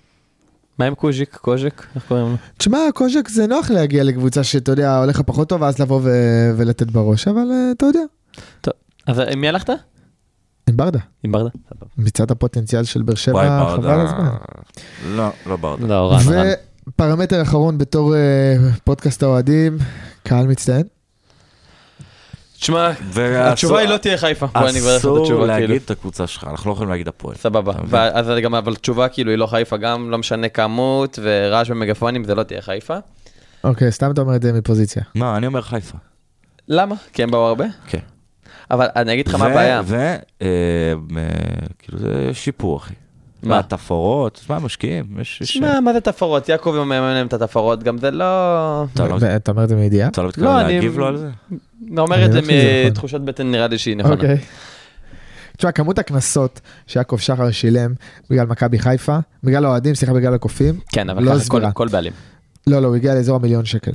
S7: מה עם קוז'יק? קוז'יק? איך קוראים לו?
S5: תשמע, קוז'ק זה נוח להגיע לקבוצה שאתה יודע, הולך לך פחות טוב, ואז לבוא ו... ולתת בראש, אבל אה, אתה יודע,
S7: אז אה, עם מי הלכת?
S5: עם ברדה.
S7: עם ברדה?
S5: מצד הפוטנציאל של באר
S6: וואי,
S5: שבע, חבל על
S6: ברדה.
S5: הזמן.
S6: לא, לא ברדה.
S7: לא, רן, רן.
S5: ופרמטר אחרון בתור אה, פודקאסט האוהדים, קהל מצטיין.
S7: תשמע,
S6: ואסור-
S7: התשובה היא לא תהיה חיפה. בוא אני אברר לך את
S6: אסור
S7: התשובה כאילו.
S6: להגיד את הקבוצה שלך, אנחנו לא יכולים להגיד הפועל.
S7: סבבה.
S6: אתה מבין?
S7: ואז זה גם, אבל תשובה כאילו היא לא חיפה גם, לא משנה כמות, ורעש במגפונים זה לא תהיה חיפה.
S5: אוקיי, סתם אתה אומר את זה מפוזיציה.
S6: מה, אני אומר חיפה.
S7: למה? כי הם באו הרבה?
S6: כן.
S7: אבל אני אגיד לך מה
S6: ו-
S7: הבעיה.
S6: ו... אה, אה, כאילו זה שיפור, אחי.
S7: מה?
S6: מה? תפאורות, מה, משקיעים? יש... יש-
S7: שמע, מה זה תפאורות? יעקב מממן להם את התפאורות, גם זה לא...
S6: אתה לא-
S5: אתה אומר את זה מידיעה?
S6: אתה לא מתכוון
S7: לא, אני-
S6: להגיב לו על זה?
S7: אני אומר את
S5: אני לא
S7: זה
S5: חושב שזה נכון.
S7: מתחושת בטן, נראה לי שהיא נכונה.
S5: אוקיי. תשמע, כמות הקנסות שיעקב שחר שילם בגלל מכבי חיפה, בגלל האוהדים, סליחה, בגלל הקופים,
S7: כן, אבל
S5: לא
S7: ככה כל-
S5: סגורה.
S7: כל בעלים.
S5: לא, לא, הוא הגיע לאזור המיליון שקל.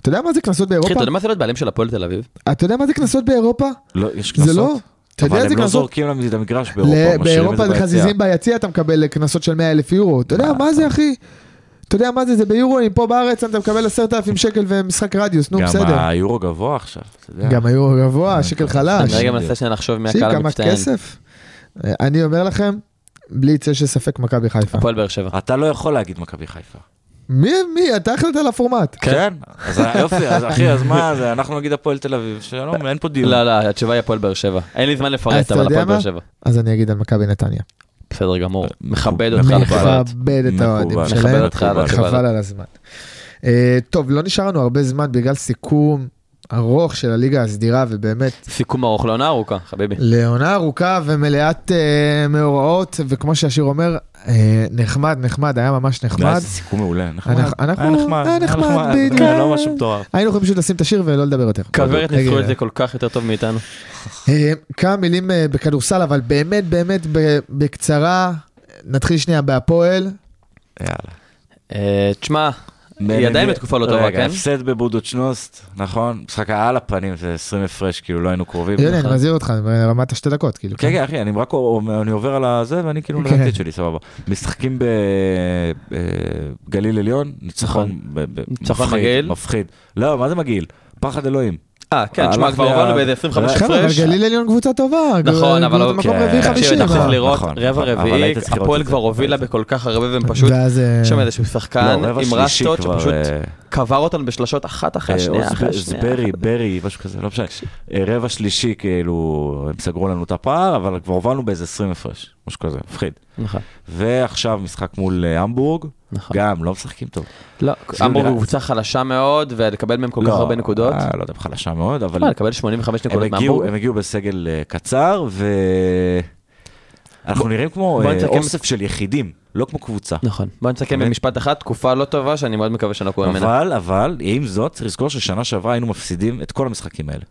S5: אתה יודע מה זה קנסות
S7: אחי,
S5: באירופה?
S7: אתה יודע מה זה להיות בעלים של הפועל תל אביב?
S5: אתה יודע מה זה קנסות באירופה?
S6: לא, יש
S5: זה
S6: קנסות.
S5: לא. אתה יודע
S6: אבל
S5: איזה
S6: הם לא
S5: קנסות?
S6: זורקים להם את המגרש
S5: ל-
S6: באירופה, משאירים את
S5: באירופה
S6: זה
S5: זה
S6: ביציאה.
S5: חזיזים ביציע, אתה מקבל קנסות של 100 אלף יורו. אתה יודע מה זה, אחי? אתה יודע מה זה, זה ביורואים, פה בארץ אתה מקבל 10,000 שקל ומשחק רדיוס, נו
S6: גם
S5: בסדר.
S6: היורו גבוה עכשיו, אתה יודע.
S5: גם היורו גבוה, שקל חלש.
S7: אני רגע מנסה שנייה לחשוב מי
S5: תקשיב,
S7: הקהל
S5: כמה
S7: המצטיין.
S5: כסף. אני אומר לכם, בלי צל של ספק מכבי חיפה.
S7: הפועל באר
S5: אה.
S7: שבע.
S6: אתה לא יכול להגיד מכבי חיפה.
S5: מי, מי, אתה החלטת על הפורמט.
S6: כן, אז יופי, אז אחי, אז מה, זה, אנחנו נגיד הפועל תל אביב, שלום, אין פה דיון.
S7: לא, לא, התשובה היא הפועל באר שבע. אין לי זמן
S5: אז
S7: לפרט,
S5: אתה
S7: אבל
S5: יודע
S7: הפועל באר
S5: מה?
S7: שבע.
S5: אז אני אגיד על מכבי נתניה.
S7: בסדר גמור. מכבד אותך
S6: מכובד.
S7: לפרט.
S5: מכבד לא את
S6: מכובד.
S5: האוהדים
S6: מכבד
S5: שלהם.
S7: אותך על הדבר
S5: חבל
S7: הזה.
S5: על הזמן. אה, טוב, לא נשאר לנו הרבה זמן בגלל סיכום ארוך של הליגה הסדירה, ובאמת,
S7: סיכום ארוך לעונה ארוכה, חביבי.
S5: לעונה ארוכה ומלאת אה, מאורעות, וכמו שהשיר אומר, אה, נחמד, נחמד, היה ממש
S6: היה
S5: נחמד.
S6: סיכום מעולה, נחמד.
S5: אנחנו-
S6: היה נחמד,
S5: היה נחמד, בדיוק.
S6: זה לא משהו מטורף.
S5: היינו יכולים פשוט לשים את השיר ולא לדבר יותר.
S7: כוורת
S5: רגע,
S7: ניסחו את זה כל כך יותר טוב מאיתנו.
S5: אה, כמה מילים אה, בכדורסל, אבל באמת באמת ב- בקצרה, נתחיל שנייה בהפועל.
S6: יאללה.
S7: אה, תשמע, היא עדיין בתקופה לא טובה,
S6: רגע,
S7: כן?
S6: הפסד בבודוצ'נוסט, נכון? משחק היה על הפנים, זה 20 הפרש, כאילו לא היינו קרובים.
S5: יוני, אני
S7: נכון.
S5: מזהיר אותך, רמת השתי דקות, כאילו.
S6: כן, כן, אחי, אני רק אומר- אני עובר על הזה, ואני כאילו
S5: כן.
S6: נתתי את שלי, סבבה. משחקים בגליל עליון, נכון. ניצחון ב- ב-
S7: ניצחון
S6: מפחיד,
S7: מגעיל?
S6: מפחיד. לא, מה זה מגעיל? פחד אלוהים.
S7: אה, כן, תשמע,
S6: הלך
S7: כבר
S6: ל-
S7: עברנו באיזה 25
S6: אה,
S5: חבר'ה, אבל
S7: הפרש.
S5: גליל עליון קבוצה טובה.
S7: נכון,
S5: גליל
S7: אבל
S5: עליון מקום
S6: כן.
S5: רביעי
S6: תקשיב,
S5: חמישי.
S7: תקשיב, אתה
S5: מה?
S7: צריך לראות,
S6: נכון,
S7: רבע
S6: אבל
S7: רביעי,
S6: היית צריך לראות
S7: הפועל
S6: את זה.
S7: כבר הובילה בכל כך הרבה, והם פשוט...
S5: ואז... אה,
S7: יש שם איזשהו שחקן
S6: לא, רבע
S7: עם
S6: שלישי
S7: רסטות
S6: כבר,
S7: שפשוט
S6: אה,
S7: קבר אותן בשלשות אחת אחרי
S6: אה,
S7: שנייה
S6: עוד
S7: אחרי
S6: זב-
S7: שנייה.
S6: זברי, ברי, משהו כזה, לא משנה. אה, רבע שלישי, כאילו, הם סגרו לנו את הפער, אבל כבר הובלנו באיזה 20 הפרש, משהו כזה, מפחיד.
S7: נכון,
S6: ועכשיו משחק מול אה, המבורג,
S7: נכון.
S6: גם לא משחקים טוב.
S7: לא,
S6: זה
S7: אמרו
S6: נראה-
S7: קבוצה חלשה מאוד, ולקבל מהם כל כך
S6: לא,
S7: הרבה נקודות.
S6: אה, לא יודע, אם חלשה מאוד, אבל
S7: לא, לקבל 85
S6: הם
S7: נקודות
S6: הגיעו,
S7: מהמבורג.
S6: הם הגיעו בסגל אה, קצר, ו... אנחנו נראים כמו
S7: בוא
S6: אה,
S7: נסכם-
S6: אוסף של יחידים, לא כמו קבוצה.
S7: נכון. בוא נסכם במשפט אחד, תקופה לא טובה שאני מאוד מקווה שלא קורה ממנה.
S6: אבל, אבל, עם זאת, צריך לזכור ששנה שעברה היינו מפסידים את כל המשחקים האלה.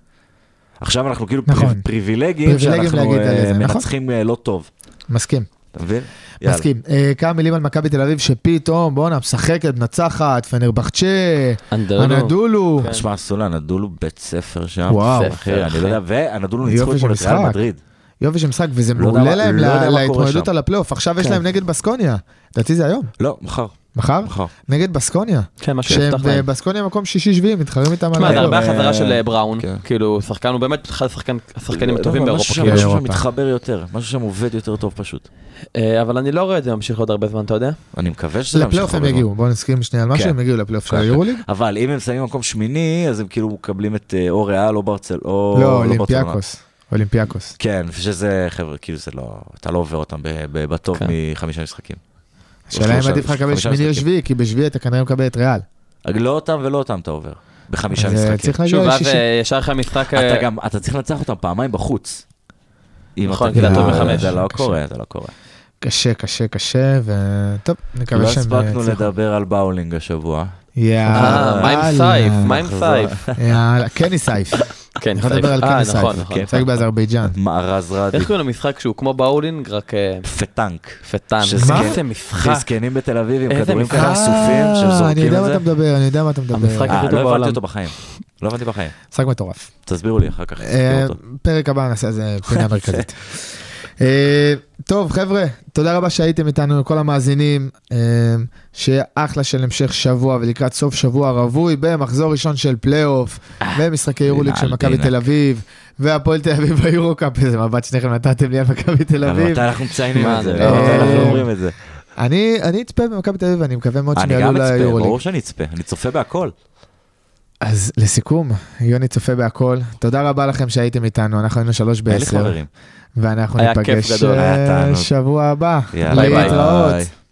S6: עכשיו אנחנו כאילו
S5: נכון.
S6: פריב- פריבילגיים,
S5: פריבילגיים
S6: שאנחנו
S5: להגיד על
S6: אה,
S5: זה, נכון.
S6: מנצחים אה, לא טוב.
S5: מסכים,
S6: אתה מבין? יאללה.
S5: מסכים. אה, כמה מילים על מכבי תל אביב, שפתאום, בואנה, משחקת, מנצחת, פנרבחצ'ה,
S6: לא
S7: אנדרלו.
S5: הנדולו.
S6: שמע, אסולה, נדולו בית ספר שם.
S5: וואו.
S6: אחי, אני לא יודע, והנדולו
S5: יופי
S6: ניצחו
S5: של
S6: אתמול את ריאל
S5: משחק.
S6: מדריד.
S5: יופי של משחק, וזה
S6: לא יודע
S5: מעולה
S6: מה-
S5: להם
S6: לא יודע
S5: לה-
S6: מה קורה
S5: להתמודדות
S6: שם. כן.
S5: על הפלייאוף. עכשיו יש להם נגד בסקוניה. לדעתי זה היום.
S6: לא, מחר.
S5: מחר?
S6: מחר.
S5: נגד בסקוניה.
S7: כן, משהו
S5: שהם
S7: יפתח להם.
S5: בסקוניה מקום שישי-שביעי, מתחרים איתם על
S7: תשמע, זה
S5: האירוע.
S7: הרבה
S6: אה,
S7: החזרה של אה, בראון.
S6: כן.
S7: כאילו, שחקן, הוא באמת אחד השחקן- השחקנים
S6: לא,
S7: הטובים
S6: אבל
S7: באירופה.
S6: משהו שם-
S7: כאילו.
S6: משהו שם
S5: באירופה.
S6: מתחבר יותר, משהו שם עובד יותר טוב פשוט.
S7: אה, אבל אני לא רואה את זה ממשיך עוד הרבה זמן, אתה יודע?
S6: אני מקווה שזה ימשיך
S5: לפלייאוף הם
S6: הרבה זמן.
S5: יגיעו, בואו נסכים שנייה על משהו,
S6: לא? כן.
S5: הם יגיעו לפלייאוף של
S6: כן.
S5: היורוליג.
S6: אבל אם הם שמים מקום שמיני, אז הם כאילו מקבלים את אה, או ריאל או ברצל, או...
S5: לא,
S6: ברצלונה.
S5: אולימפיאקוס. אולימפיאקוס.
S6: כן, שזה, חבר'ה, כאילו זה לא... אתה לא עובר אותם ב- ב- בטוב
S7: כן.
S6: מחמישה משחקים.
S5: השאלה אם
S6: שלושה-
S5: עדיף לך לקבל
S6: חמישה
S5: שמיני או
S6: משחקים.
S5: שביעי, כי בשביעי אתה כנראה מקבל את ריאל.
S6: לא אותם ולא אותם אתה עובר. בחמישה
S5: אז, אה,
S6: משחקים.
S5: צריך להגיע
S7: שוב, ואז
S5: לשישי.
S7: אה, ישר אחרי המשחק... אה,
S6: אתה גם, אתה צריך לנצח אותם פעמיים בחוץ. אם
S7: נכון,
S6: אתה
S7: כי זה
S6: כאילו-
S7: הטוב בחמש.
S6: זה לא
S5: קשה.
S6: קורה, זה לא קורה.
S5: קשה, קשה, קשה, וטוב,
S6: לא
S5: נקווה שהם... אה,
S6: הספקנו
S5: יצליחו.
S6: לדבר על באולינג השבוע.
S5: יאללה. אה,
S7: אה, מה עם סייף? מה עם סייף?
S5: יאללה, קני סייף.
S7: כן,
S5: אני יכול
S7: סייף.
S5: לדבר על
S7: אה,
S5: קני
S7: נכון,
S5: סייף.
S7: נכון.
S5: משחק באזרבייג'אן.
S6: מארז רדי.
S7: איך קוראים למשחק שהוא כמו באולינג, רק אה,
S6: פטנק.
S7: פטן?
S6: שזה-
S7: איזה משחק.
S6: זקנים בתל אביב עם
S7: איזה
S6: כדורים
S7: משחק.
S6: כאלה אסופים
S5: אה, אני
S6: שזורקים
S5: יודע
S6: את
S5: מה
S6: זה.
S5: אתה מדבר, אני יודע מה אתה מדבר.
S7: המשחק-
S6: אה,
S7: הכי טוב
S6: לא
S7: בעולם.
S6: הבנתי אותו בחיים. לא הבנתי בחיים.
S5: משחק מטורף.
S6: תסבירו לי אחר כך. תסבירו
S5: אה,
S6: אותו.
S5: פרק הבא נעשה איזה פינה מרכזית. אה, טוב חבר'ה, תודה רבה שהייתם איתנו, כל המאזינים, אה, שיהיה אחלה של המשך שבוע ולקראת סוף שבוע רווי במחזור ראשון של פלייאוף,
S6: אה,
S5: ומשחקי יורוליג של
S6: הנה,
S5: מכבי
S6: הנה.
S5: תל אביב, והפועל תל אביב ביורוקאפ, איזה מבט שניכם נתתם לי על מכבי תל
S6: אבל
S5: אביב.
S6: מתי אנחנו מציינים
S7: מה,
S6: את זה?
S7: אני
S6: מתי
S7: לא-
S6: אנחנו
S5: אה,
S6: אומרים את זה?
S5: אני אני אצפה במכבי תל אביב, אני מקווה מאוד שהם
S6: אני
S5: יעלו
S6: גם אצפה,
S5: ליורוליג.
S6: ברור שאני אצפה. אני צופה בהכל.
S5: אז לסיכום, יוני צופה בהכל, תודה רבה לכם שהייתם איתנו, אנחנו היינו שלוש
S6: אין לי
S5: בעשר,
S6: חברים.
S5: ואנחנו
S7: היה כיף
S5: ניפגש
S7: גדול,
S6: היה
S5: אה,
S6: תענוג.
S5: שבוע הבא.
S6: יאללה,
S7: ביי, ביי.
S5: להתראות.
S6: ביי.